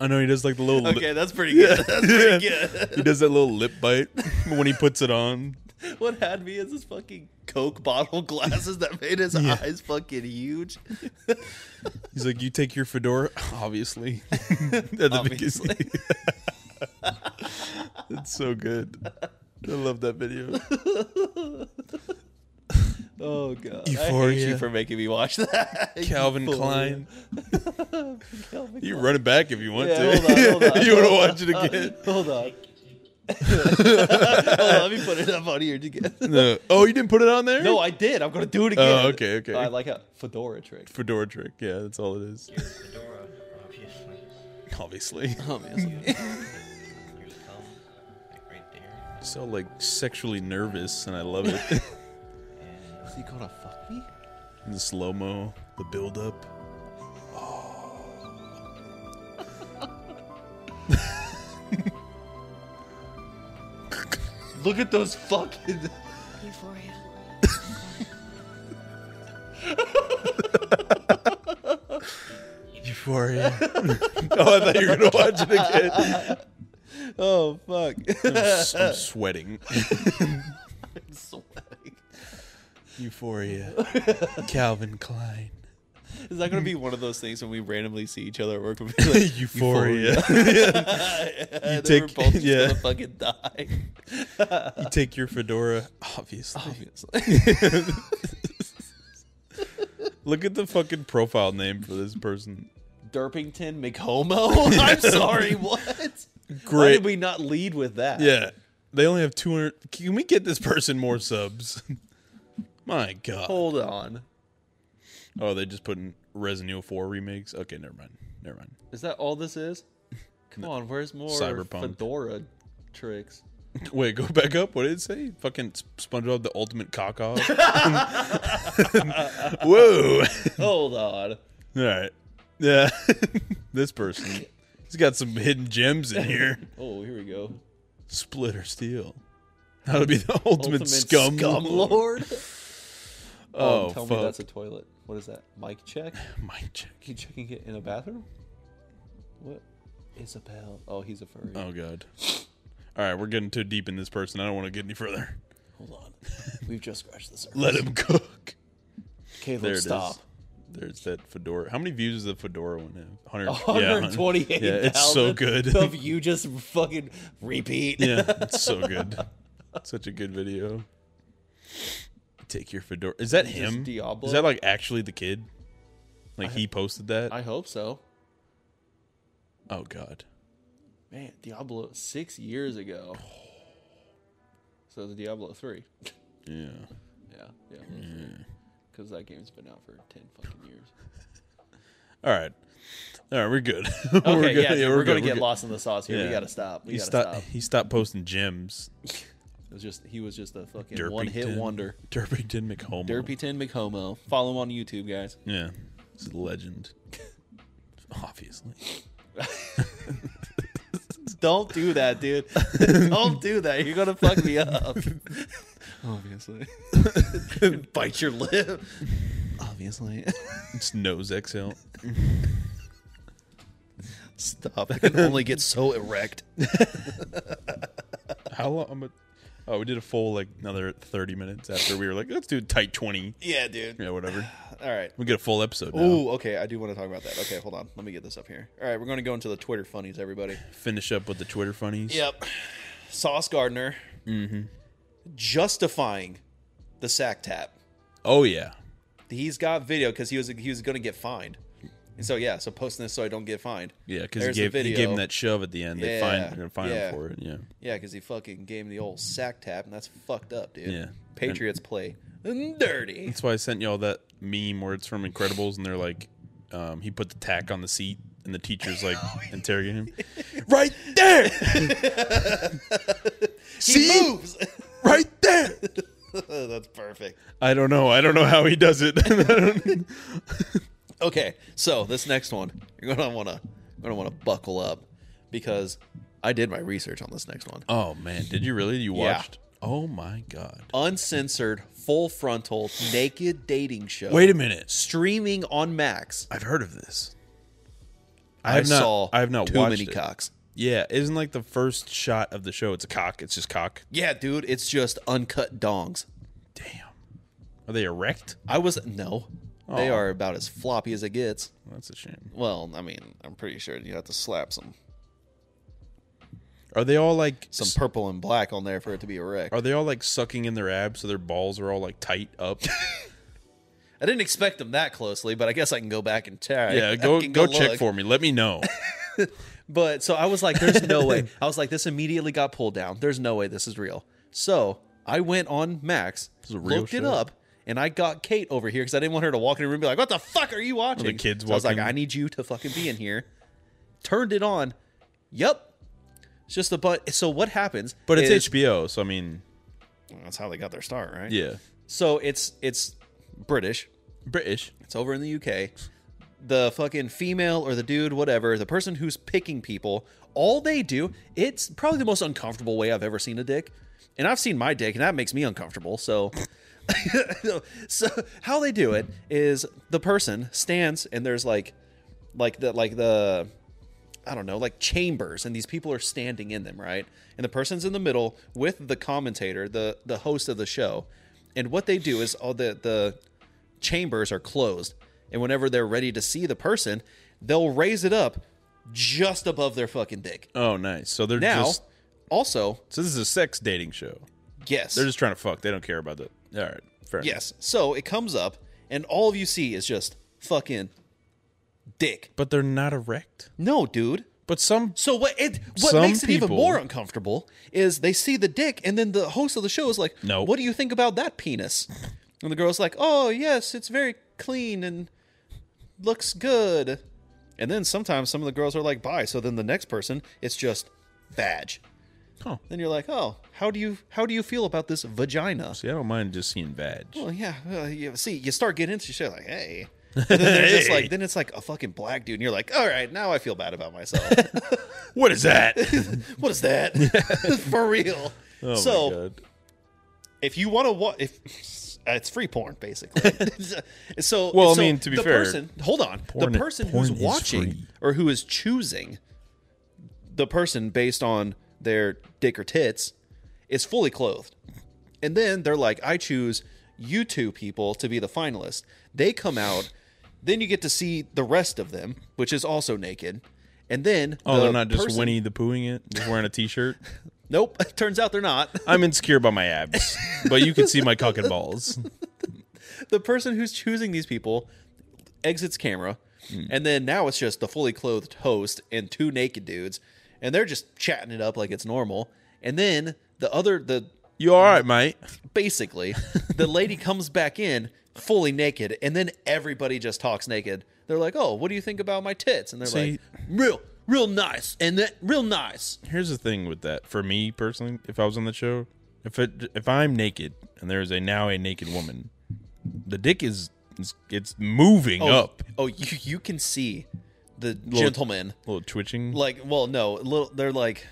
B: I know he does like the little. lip-
A: okay, that's pretty good. That's pretty good.
B: he does that little lip bite when he puts it on.
A: What had me is his fucking Coke bottle glasses that made his eyes fucking huge.
B: He's like, "You take your fedora, obviously." At the
A: Obviously.
B: beginning. it's so good. I love that video.
A: Oh god. I hate
B: Euphoria.
A: you for making me watch that.
B: Calvin
A: Euphoria.
B: Klein.
A: Calvin
B: You
A: Klein.
B: run it back if you want
A: Yeah,
B: to.
A: hold on, hold on.
B: you want to watch it again?
A: Hold on. Hold on, Let me put it up on here again.
B: No. Oh, you didn't put it on there?
A: Uh, No, I did. I'm gonna do it again.
B: Oh, okay, okay.
A: I like a fedora trick.
B: Fedora trick. Yeah, that's all it is.
C: your fedora obviously,
B: Obviously.
A: Oh, Obviously.
C: your thumb like right there,
B: So like sexually nervous, and I love it.
C: and
A: Is he gonna fuck me?
B: the slow mo, the build up.
A: Look at those fucking.
D: Euphoria.
B: Euphoria. oh, I thought you were gonna watch it again.
A: Oh fuck.
B: I'm, s- I'm sweating.
A: I'm sweating.
B: Euphoria. Calvin Klein.
A: Is that gonna be one of those things when we randomly see each other at work? We'll be like,
B: Euphoria.
A: you
B: take-
A: both just
B: yeah.
A: gonna fucking die.
B: you take your fedora, obviously.
A: Obviously.
B: Look at the fucking profile name for this person.
A: Derpington McHomo. I'm sorry. What? Why
B: Great.
A: did we not lead with that?
B: Yeah. They only have 200. Can we get this person more subs? My God.
A: Hold on.
B: Oh, they just put in Resident Evil 4 remakes? Okay, never mind. Never mind.
A: Is that all this is? Come on. Where's more
B: Cyberpunk.
A: fedora tricks?
B: Wait, go back up. What did it say? Fucking Sp- SpongeBob the Ultimate Cock Off. Whoa.
A: Hold on.
B: All right. Yeah. this person. He's got some hidden gems in here.
A: Oh, here we go. Um,
B: Split or Steel. That'll be the ultimate, scum.
A: lord.
B: Oh,
E: tell
B: fuck.
E: me that's a toilet. What is that? Mic check?
B: Mic check.
E: You checking it in a bathroom? What? Isabel. Oh, he's a furry.
B: Oh god. All right, we're getting too deep in this person. I don't want to get any further.
E: Hold on. We've just scratched the surface.
B: Let him cook.
E: Caleb,
B: There it is.
E: stop.
B: There's that fedora. How many views does the fedora one have? 100, yeah, 100
E: 128,000
B: Yeah, it's so good.
E: of you just fucking repeat.
B: yeah, it's so good. Such a good video. Take your fedora. Is that him?
E: Diablo?
B: Is that like actually the kid? Like he posted that?
E: I hope so.
B: oh god.
E: Man, Diablo six years ago. So the Diablo three.
B: Yeah.
E: Yeah, Diablo three. Because that game's been out for ten fucking years.
B: All right. All right, we're good.
E: Okay,
B: we're
E: yeah, dude, we're,
B: good,
E: gonna get
B: good.
E: lost in the sauce here.
B: Yeah.
E: We gotta stop. We
B: He
E: gotta
B: stopped.
E: stop.
B: He stopped posting gems.
E: It was just he was just a fucking
B: Derpington.
E: one hit wonder.
B: Derpington McHomo.
E: Derpyton McHomo. Follow him on YouTube, guys.
B: Yeah, he's a legend. Obviously.
E: Don't do that, dude. Don't do that. You're gonna fuck me up. Obviously. Bite your lip. Obviously.
B: It's nose exhale.
A: Stop. I can only get so erect.
B: How long? I'm a, oh, we did a full like another 30 minutes after we were like, let's do a tight 20.
A: Yeah, dude.
B: Yeah, whatever.
A: All right.
B: We get a full episode now.
A: Ooh, okay. I do want to talk about that. Okay, hold on. Let me get this up here. All right, we're going to go into the Twitter funnies, everybody.
B: Finish up with the Twitter funnies.
A: Yep. Sauce Gardner
B: Mm-hmm.
A: justifying the sack tap.
B: Oh yeah.
A: He's got video because he was he was going to get fined, and so yeah, so posting this so I don't get fined.
B: Yeah, because he
A: There's the
B: gave, he
A: video.
B: gave him that shove at the end. They
A: Yeah,
B: find they're gonna find
A: yeah.
B: him for it. Yeah.
A: Yeah, because he fucking gave him the old sack tap, and that's fucked up, dude.
B: Yeah.
A: Patriots play dirty.
B: That's why I sent y'all that meme where it's from Incredibles and they're like, um, he put the tack on the seat and the teacher's like interrogating him.
A: Right there. he
B: See?
A: moves.
B: Right there.
A: that's perfect.
B: I don't know. I don't know how he does it. I don't-
A: Okay, so this next one, you're gonna wanna gonna wanna buckle up because I did my research on this next one.
B: oh man, did you really? You
A: Yeah.
B: watched? Oh my god.
A: Uncensored, full frontal, naked dating show.
B: Wait a minute.
A: streaming on Max.
B: I've heard of this.
A: I,
B: have not-
A: saw
B: I have not
A: too
B: watched
A: many
B: it.
A: cocks.
B: Yeah, isn't like the first shot of the show? It's a cock. It's just cock.
A: Yeah, dude, it's just uncut dongs.
B: Damn. Are they erect?
A: I was no. They
B: Aw.
A: are about as floppy as it gets.
B: That's a shame.
A: Well, I mean, I'm pretty sure you have to slap some
B: Are they all like
A: some
B: s-
A: purple and black on there for it to be erect.
B: Are they all like sucking in their abs so their balls are all like tight up?
A: I didn't expect them that closely, but I guess I can go back and check.
B: yeah,
A: I
B: go
A: can
B: go check
A: look.
B: for me. Let me know.
A: But so I was like, there's no way. I was like, this immediately got pulled down. There's no way this is real. So I went on Max,
B: is a real
A: looked it
B: show.
A: up, and I got Kate over here because I didn't want her to walk in the room and be like, what the fuck are you watching?
B: the kids
A: so I was like,
B: walking-
A: I need you to fucking be in here. Turned it on. Yep. It's just a but. So what happens?
B: But it's
A: is-
B: HBO, so I mean,
A: That's how they got their start, right?
B: yeah,
A: So it's it's British.
B: British.
A: It's over in the UK. The fucking female or the dude, whatever, the person who's picking people, all they do, it's probably the most uncomfortable way I've ever seen a dick. And I've seen my dick, and that makes me uncomfortable. So, so how they do it is the person stands, and there's like, like the like the, I don't know, like chambers, and these people are standing in them, right? And the person's in the middle with the commentator, the the host of the show, and what they do is all the the chambers are closed. And whenever they're ready to see the person, they'll raise it up just above their fucking dick.
B: Oh, nice. So they're
A: Now,
B: just
A: also,
B: so this is a sex dating show.
A: yes.
B: They're just trying to fuck. They don't care about that. All right, fair. enough.
A: yes. So it comes up, and all of you see is just fucking dick.
B: but they're not erect.
A: No, dude.
B: But some
A: So what it what
B: Some
A: makes it even
B: people-
A: more uncomfortable is they see the dick and then the host of the show is like,
B: No.
A: what do you think about that penis?" And the girl's like, "Oh, yes, it's very clean and looks good." And then sometimes some of the girls are like, "Bye." So then the next person, it's just vag.
B: Huh.
A: Then you're like, "Oh, how do you how do you feel about this vagina?"
B: see, I don't mind just seeing vag.
A: Well, yeah, well, you, see, you start getting into shit like, "Hey." And then they're just
B: Hey.
A: like then it's like a fucking black dude and you're like, "All right, now I feel bad about myself."
B: What is that?
A: what is that for real
B: oh
A: so
B: my god.
A: if you want to watch if it's free porn basically. so
B: Well, I
A: so
B: mean, to be
A: the
B: fair,
A: person, hold on,
B: porn-
A: the person who's
B: porn is free.
A: watching or who is choosing the person based on their dick or tits is fully clothed, and then they're like, I choose you two people to be the finalists. They come out, then you get to see the rest of them, which is also naked. And then
B: Oh,
A: the
B: they're not just
A: person-
B: Winnie the Poohing it, just wearing a T-shirt.
A: Nope, turns out they're not.
B: I'm insecure about my abs, but you can see my cock and balls.
A: the person who's choosing these people exits camera and then now it's just the fully clothed host and two naked dudes and they're just chatting it up like it's normal and then the other the
B: You all right, mate?
A: basically the lady comes back in fully naked and then everybody just talks naked they're like oh what do you think about my tits and they're
B: See-
A: like real real nice and then real nice
B: Here's the thing with that. For me personally, if I was on the show, if it, if I'm naked and there is a now a naked woman, the dick is it's, it's moving up,
A: oh you, you can see the gentleman
B: a little twitching.
A: like well no little they're like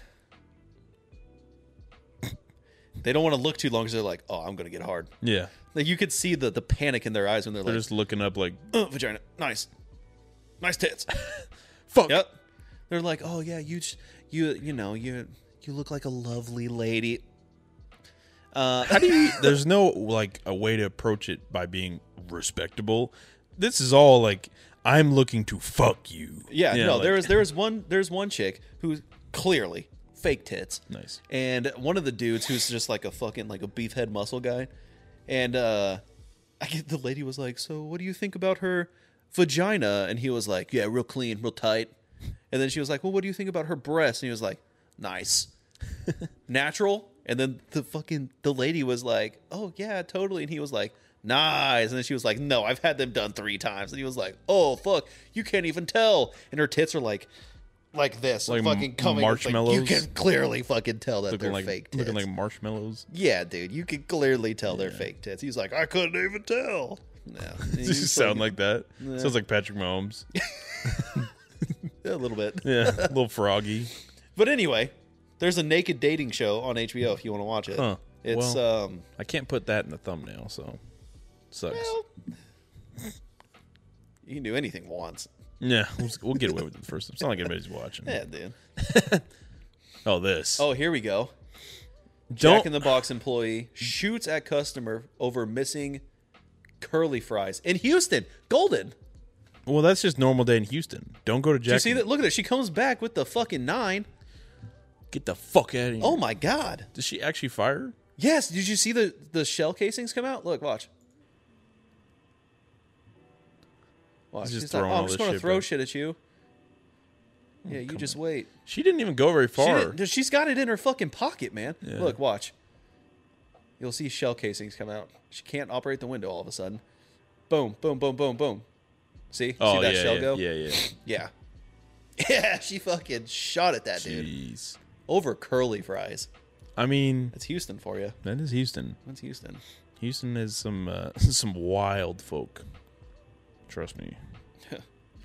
A: they don't want to look too long because they're like oh i'm gonna get hard
B: yeah,
A: like you could see the the panic in their eyes when they're,
B: they're
A: like
B: just looking up like
A: "Uh, vagina nice nice tits
B: fuck.
A: yep they're like oh yeah you j- you you know you you look like a lovely lady uh
B: How do you? There's no like a way to approach it by being respectable. This is all like I'm looking to fuck you.
A: yeah,
B: You know,
A: no
B: like-
A: there was there was one there's one chick who's clearly fake tits
B: Nice.
A: and one of the dudes who's just like a fucking like a beefhead muscle guy and uh i get the lady was like so what do you think about her vagina and he was like yeah real clean real tight and then she was like well what do you think about her breasts and he was like nice natural and then the fucking the lady was like oh yeah totally and he was like nice and then she was like no i've had them done three times and he was like oh fuck you can't even tell and her tits are like like this
B: Like
A: like fucking
B: m-
A: coming it's like,
B: marshmallows?
A: you can clearly fucking tell that
B: looking
A: they're
B: like
A: fake tits
B: looking like marshmallows.
A: yeah dude you can clearly tell they're fake tits he's like i couldn't even tell no
B: Does he sound like that? Sounds like Patrick Mahomes.
A: a little bit
B: Yeah, a little froggy.
A: but anyway there's a naked dating show on hbo if you want to watch it
B: Huh.
A: it's
B: Well-
A: um
B: I can't put that in the thumbnail, so sucks.
A: well, you can do anything once
B: yeah, we'll, we'll get away with it first. It's not like anybody's watching.
A: yeah dude
B: Oh, this.
A: oh here we go
B: don't
A: Jack in the Box employee shoots at customer over missing curly fries in Houston. Golden.
B: Well, that's just normal day in Houston. Don't go to Jack.
A: You see that? Look at it. She comes back with the fucking nine.
B: Get the fuck out of here.
A: Oh my god.
B: Does she actually fire?
A: Yes. Did you see the the shell casings come out? Look, watch. Watch.
B: He's just
A: She's like,
B: throwing
A: "Oh,
B: all
A: I'm just
B: this
A: going to
B: shit Hmm,
A: throw
B: back."
A: shit at you. Yeah, you just wait.
B: She didn't even go very far.
A: She has got it in her fucking pocket, man.
B: Yeah.
A: Look, watch. You'll see shell casings come out. She can't operate the window all of a sudden. Boom, boom, boom, boom, boom. See?
B: oh
A: see that
B: yeah,
A: shell
B: yeah,
A: go?
B: yeah, yeah.
A: Yeah. Yeah, she fucking shot at that dude.
B: Jeez.
A: Over curly fries.
B: I mean,
A: That's Houston for you.
B: that is Houston.
A: That's Houston.
B: Houston is some uh, some wild folk. Trust me.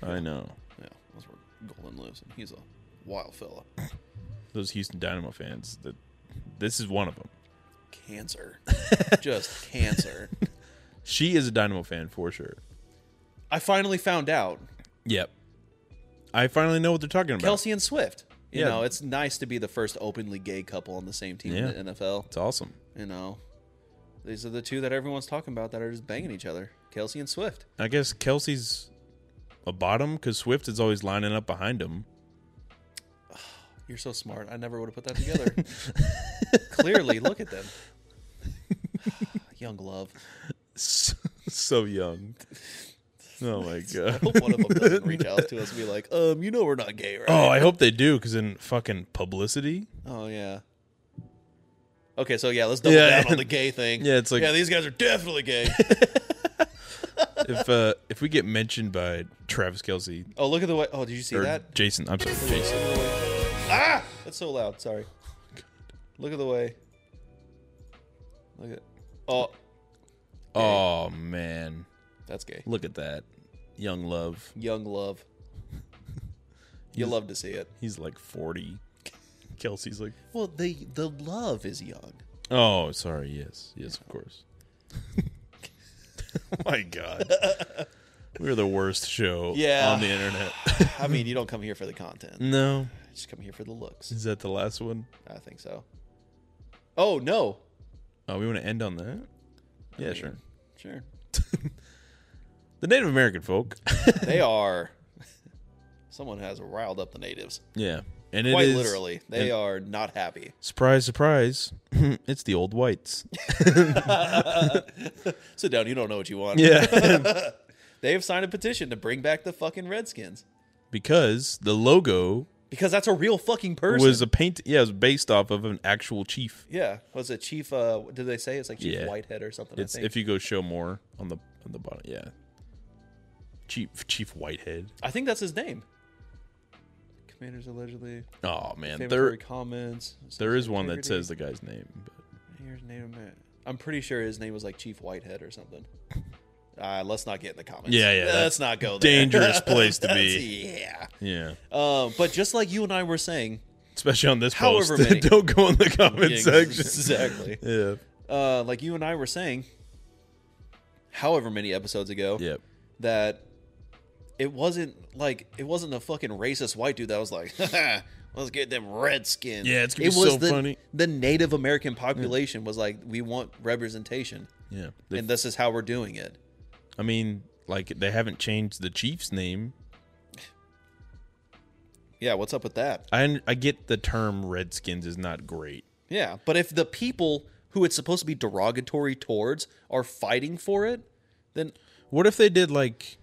B: I know
A: Yeah, that's where Golden lives, and he's a wild fella.
B: those Houston Dynamo fans. That this is one of them.
A: Cancer. Just cancer.
B: She is a Dynamo fan for sure.
A: I finally found out
B: Yep. I finally know what they're talking about.
A: Kelsey and Swift. You
B: Yeah.
A: know, it's nice to be the first openly gay couple on the same team
B: Yeah.
A: in the NFL.
B: It's awesome.
A: you know, these are the two that everyone's talking about that are just banging each other Kelsey and Swift.
B: I guess Kelsey's a bottom because Swift is always lining up behind him.
A: You're so smart. I never would have put that together. Clearly, look at them. Young love.
B: so young. Oh my
A: I
B: god.
A: hope one of them doesn't reach out to us and be like, um, you know we're not gay, right?
B: Oh, I hope they do because in fucking publicity.
A: Oh, yeah. Okay, so yeah, let's double
B: Yeah.
A: down on the gay thing.
B: Yeah, it's like-
A: yeah, these guys are definitely gay.
B: If uh if we get mentioned by Travis Kelsey
A: oh, look at the way. Oh, did you see
B: or
A: that?
B: Jason, I'm sorry, Jason.
A: Ah, that's so loud. Sorry. Look at the way. Look at. Oh,
B: Oh man,
A: that's gay.
B: look at that, young love.
A: young love. You love to see it.
B: He's like 40. Kelsey's like,
A: Well, the the love is young.
B: oh, sorry, yes, yes, of course. My God. We're the worst show
A: Yeah.
B: on the internet.
A: I mean, you don't come here for the content. You
B: no.
A: just come here for the looks.
B: Is that the last one?
A: I think so. Oh no.
B: Oh, we want to end on that? Yeah,
A: mean-
B: sure.
A: Sure.
B: The Native American folk.
A: They are. Someone has riled up the natives.
B: yeah. And it is
A: Quite literally, they
B: and-
A: are not happy.
B: Surprise, surprise. it's the old whites.
A: Sit down. You don't know what you want.
B: Yeah.
A: They have signed a petition to bring back the fucking Redskins
B: because the logo
A: because that's a real fucking person.
B: was a paint yeah, it was based off of an actual chief.
A: yeah, was it Chief? Uh, what did they say it's like Chief
B: Yeah.
A: Whitehead or something?
B: It's
A: I think.
B: if you go show more on the on the bottom. Yeah. Chief Chief Whitehead.
A: I think that's his name. Commanders allegedly
B: Oh
A: famous
B: man.
A: for
B: There
A: his comments.
B: there is one that
A: integrity.
B: says the guy's name, but
A: Here's Native Amer- I'm pretty sure his name was like Chief Whitehead or something. Uh, let's not get in the comments.
B: Yeah, yeah,
A: Let's
B: that's
A: not go there.
B: dangerous place to
A: That's-
B: be.
A: Yeah.
B: Yeah.
A: Um, but just like you and I were saying,
B: Especially on this
A: However
B: post.
A: many-
B: Don't go in the comment
A: Yeah,
B: section.
A: exactly.
B: Yeah.
A: uh, like you and I were saying, however many episodes ago,
B: Yep.
A: that it wasn't like it wasn't a fucking racist white dude that was like, let's get them redskins.
B: Yeah, it's gonna
A: it
B: be
A: was
B: so
A: the,
B: funny.
A: The Native American population was like, we want representation,
B: Yeah. They-
A: and this is how we're doing it.
B: I mean, like they haven't changed the chief's name.
A: Yeah, what's up with that?
B: I I get the term Redskins is not great.
A: Yeah, but if the people who it's supposed to be derogatory towards are fighting for it, then
B: What if they did like?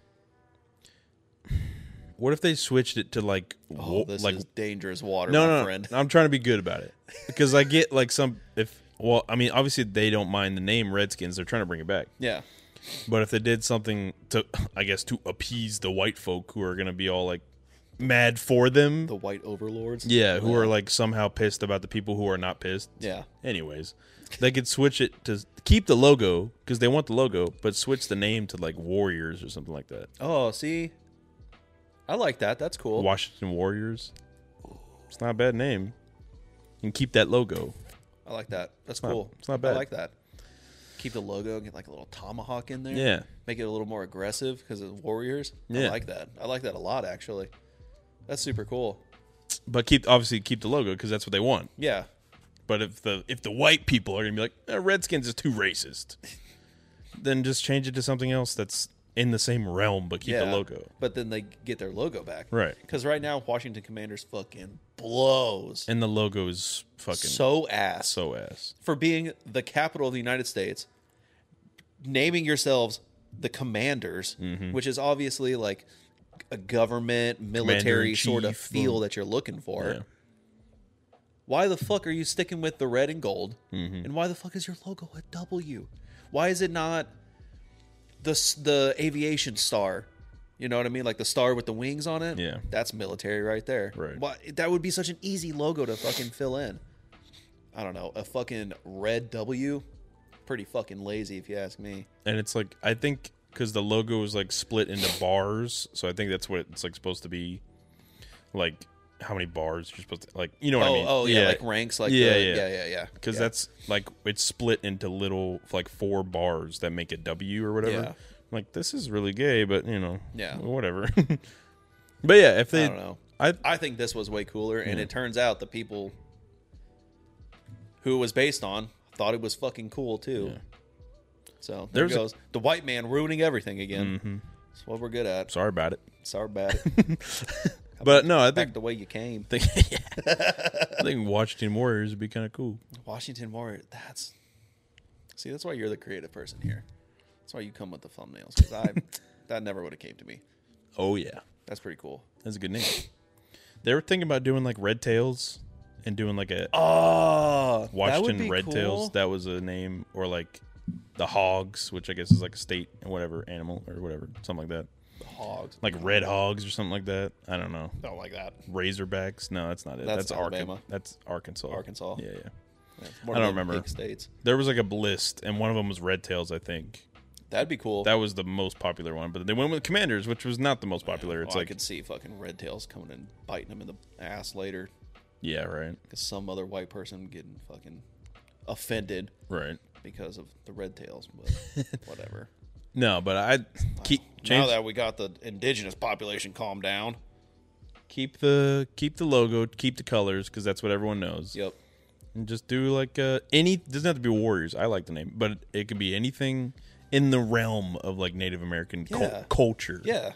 B: What if they switched it to like,
A: oh,
B: wo-
A: this
B: like
A: is dangerous water,
B: no,
A: my
B: no, no,
A: friend.
B: I'm trying to be good about it because I get like some if well, I mean, obviously they don't mind the name Redskins. They're trying to bring it back,
A: Yeah,
B: but if they did something to, I guess, to appease the white folk who are gonna be all like mad for them,
A: the white overlords.
B: yeah, who are like somehow pissed about the people who are not pissed.
A: yeah.
B: Anyways, they could switch it to keep the logo because they want the logo, but switch the name to like Warriors or something like that.
A: Oh, see, I like that. That's cool.
B: Washington Warriors. It's not a bad name. You can keep that logo.
A: I like that. That's
B: not-
A: cool.
B: it's not bad.
A: I like that. Keep the logo and get like a little tomahawk in there.
B: Yeah.
A: Make it a little more aggressive because of warriors. I
B: Yeah.
A: like that. I like that a lot actually. That's super cool.
B: But keep obviously keep the logo because that's what they want.
A: Yeah.
B: But if the if the white people are gonna be like "Eh, Redskins is too racist, then just change it to something else that's in the same realm but keep
A: yeah.
B: the logo.
A: But then they get their logo back.
B: Right.
A: Because right now Washington Commanders fucking blows.
B: And the logo is fucking
A: so
B: so,
A: ass.
B: ass.
A: for being the capital of the United States, naming yourselves the commanders,
B: Mm-hmm.
A: which is obviously like a government military sort of
B: chief,
A: feel
B: or-
A: that you're looking for.
B: Yeah.
A: Why the fuck are you sticking with the red and gold?
B: Mm-hmm.
A: And why the fuck is your logo a W? Why is it not the s- the aviation star? You know what I mean, like the star with the wings on it.
B: Yeah.
A: that's military right there.
B: Right.
A: Why, that would be such an easy logo to fucking fill in. I don't know, a fucking red W. Pretty fucking lazy, if you ask me.
B: and it's like I think because the logo is like split into bars, so I think that's what it's like supposed to be, like how many bars you're supposed to like. You know what
A: oh,
B: I mean?
A: oh yeah, like ranks, like
B: Yeah,
A: the,
B: yeah.
A: yeah, yeah, yeah.
B: because
A: yeah.
B: that's like it's split into little like four bars that make a W or whatever.
A: Yeah.
B: Like this is really gay, but you know,
A: Yeah.
B: whatever. but yeah, if they,
A: I don't know.
B: I
A: I think this was way cooler, and it turns out the people who it was based on thought it was fucking cool too. So there
B: There's a- Mm-hmm.
A: goes the white man ruining everything again. That's what we're good at.
B: sorry about it,
A: Sorry about it.
B: but no, I
A: Back
B: think
A: the way you came,
B: think, I think Washington Warriors would be kind of cool.
A: Washington Warrior. That's see, that's why you're the creative person here. That's why you come with the thumbnails. Because I that never would have came to me.
B: Oh yeah,
A: That's pretty cool.
B: that's a good name. they were thinking about doing like Red Tails and doing like a Ah,
A: Oh,
B: Washington Red Tails. That was a name, or like the Hogs, which I guess is like a state and whatever animal or whatever, something like that.
A: hogs.
B: Like Red Hogs or something like that. I don't know.
A: Don't like that.
B: Razorbacks? No, that's not it.
A: That's
B: That's,
A: Alabama.
B: Arkansas. That's Arkansas.
A: Arkansas.
B: Yeah, yeah.
A: Yeah, it's more
B: I don't
A: than
B: remember.
A: pink states.
B: There was like a list, and one of them was Red Tails, I think.
A: That'd be cool.
B: That was the most popular one, but they went with Commanders, which was not the most popular. It's
A: Oh, I
B: like,
A: could see fucking red tails coming and biting him in the ass later
B: yeah, right,
A: because some other white person getting fucking offended
B: right.
A: because of the red tails, but whatever.
B: No, but I keep
A: Now
B: change
A: that we got the indigenous population calmed down.
B: keep the keep the logo, keep the colors because that's what everyone knows.
A: Yep.
B: And just do like uh, any doesn't have to be Warriors. I like the name, but it could be anything in the realm of like Native American cul-
A: Yeah.
B: culture.
A: Yeah.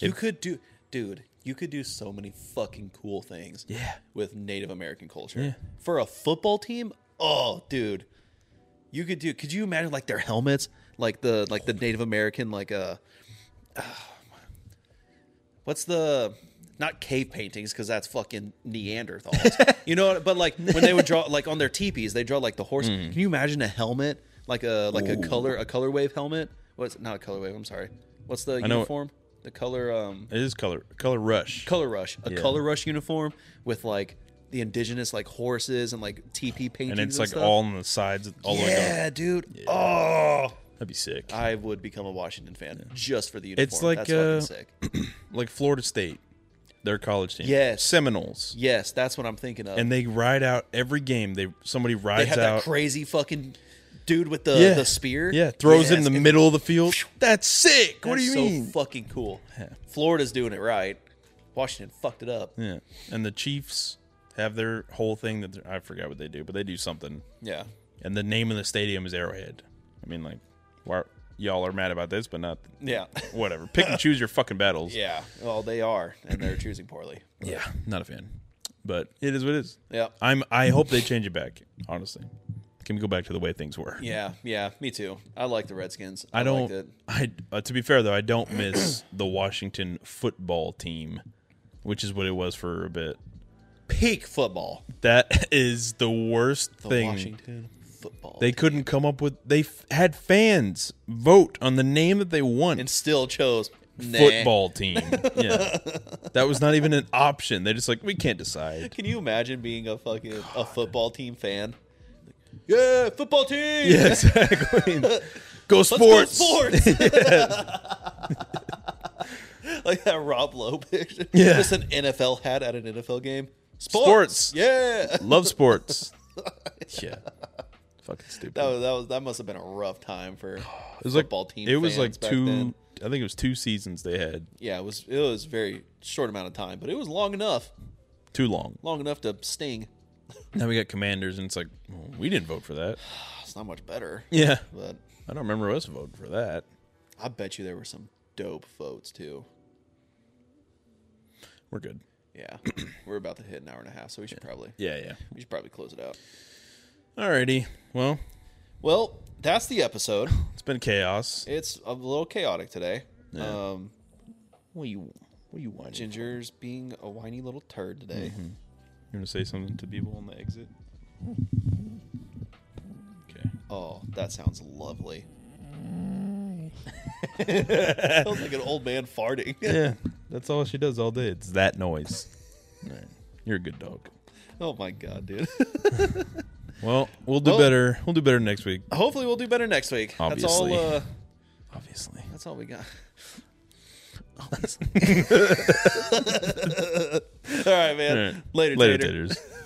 A: You
B: If-
A: could do, dude. You could do so many fucking cool things.
B: Yeah.
A: With Native American culture.
B: Yeah.
A: For a football team, oh, dude, you could do. Could you imagine like their helmets, like the like the Native American, like uh, what's the not cave paintings because that's fucking Neanderthals, you know? what- But like when they would draw like on their teepees, they draw like the horse.
B: Mm.
A: Can you imagine a helmet like a like a color a color wave helmet? What's not a color wave? I'm sorry. What's the
B: know-
A: uniform? The color um
B: It is color color rush.
A: color rush a
B: Yeah.
A: color rush uniform with like the indigenous like horses and like teepee paintings
B: and it's like
A: stuff.
B: all on the sides, all the way
A: yeah
B: down.
A: dude oh
B: That'd be sick.
A: i would become a washington fan just for the uniform
B: It's like,
A: that's fucking
B: uh,
A: sick
B: like Florida State, their college team.
A: Yes.
B: Seminoles.
A: yes that's what i'm thinking of
B: And they ride out every game. They somebody
A: they
B: rides
A: have that
B: out.
A: crazy fucking dude with the
B: Yeah.
A: the spear
B: Yeah, throws it in
A: Yes,
B: the
A: and
B: middle of the field. That's sick. what do
A: that's
B: you
A: so
B: mean?
A: fucking cool florida's doing it right washington fucked it up
B: yeah. And the Chiefs have their whole thing that they're- I forgot what they do, but they do something.
A: yeah
B: And the name of the stadium is Arrowhead. I mean, like, why y'all are mad about this, but not
A: yeah
B: whatever. Pick and choose your fucking battles.
A: yeah well they are and they're choosing poorly
B: Yeah, not a fan. But it is what it is.
A: Yep.
B: I'm. I hope they change it back. Honestly, can we go back to the way things were?
A: yeah yeah me too i like the redskins i,
B: I
A: liked it.
B: don't. I uh, to be fair though, I don't miss the Washington football team, which is what it was for a bit.
A: peak football.
B: That is the worst
A: The
B: thing.
A: Washington football.
B: They
A: team.
B: couldn't come up with. They f- had fans vote on the name that they want.
A: and still chose nah.
B: Football team. Yeah, that was not even an option. They just like we can't decide.
A: Can you imagine being a fucking a football team fan? Yeah, football team.
B: Yeah, exactly. go
A: Let's go
B: sports.
A: sports. like that Rob Lowe picture.
B: Yeah.
A: Just an NFL hat at an NFL game.
B: Sports.
A: Yeah.
B: Love sports. yeah. Fucking stupid.
A: That was, that was that must have been a rough time for
B: it was
A: football
B: like,
A: team.
B: It was
A: fans
B: like
A: back
B: two.
A: then.
B: I think it was two seasons they had.
A: Yeah, it was it was very short amount of time, but it was long enough,
B: Too long.
A: long enough to sting.
B: Now we got commanders, and it's like well, we didn't vote for that.
A: Oh, It's not much better,
B: Yeah.
A: but
B: I don't remember us voting for that.
A: I bet you there were some dope votes too.
B: We're good.
A: Yeah, we're about to hit an hour and a half, so we should probably
B: Yeah, yeah.
A: we should probably close it out.
B: Alrighty. Well,
A: Well, that's the episode.
B: it's been chaos.
A: It's a little chaotic today.
B: Yeah.
A: Um,
B: What you? What you want? Mm-hmm. You
A: Ginger's being a whiny little turd today.
B: want to say something to people on the exit? Okay.
A: Oh, that sounds lovely. Sounds like an old man farting.
B: Yeah, that's all she does all day. It's that noise. Alright. You're a good dog.
A: Oh my god, dude.
B: Well, we'll do
A: Well-
B: better. We'll do better next week.
A: Hopefully, we'll do better next week.
B: Obviously.
A: That's all. Uh,
B: Obviously.
A: that's all we got. all right, man.
B: Alright.
A: Later,
B: Later,
A: tater.
B: taters.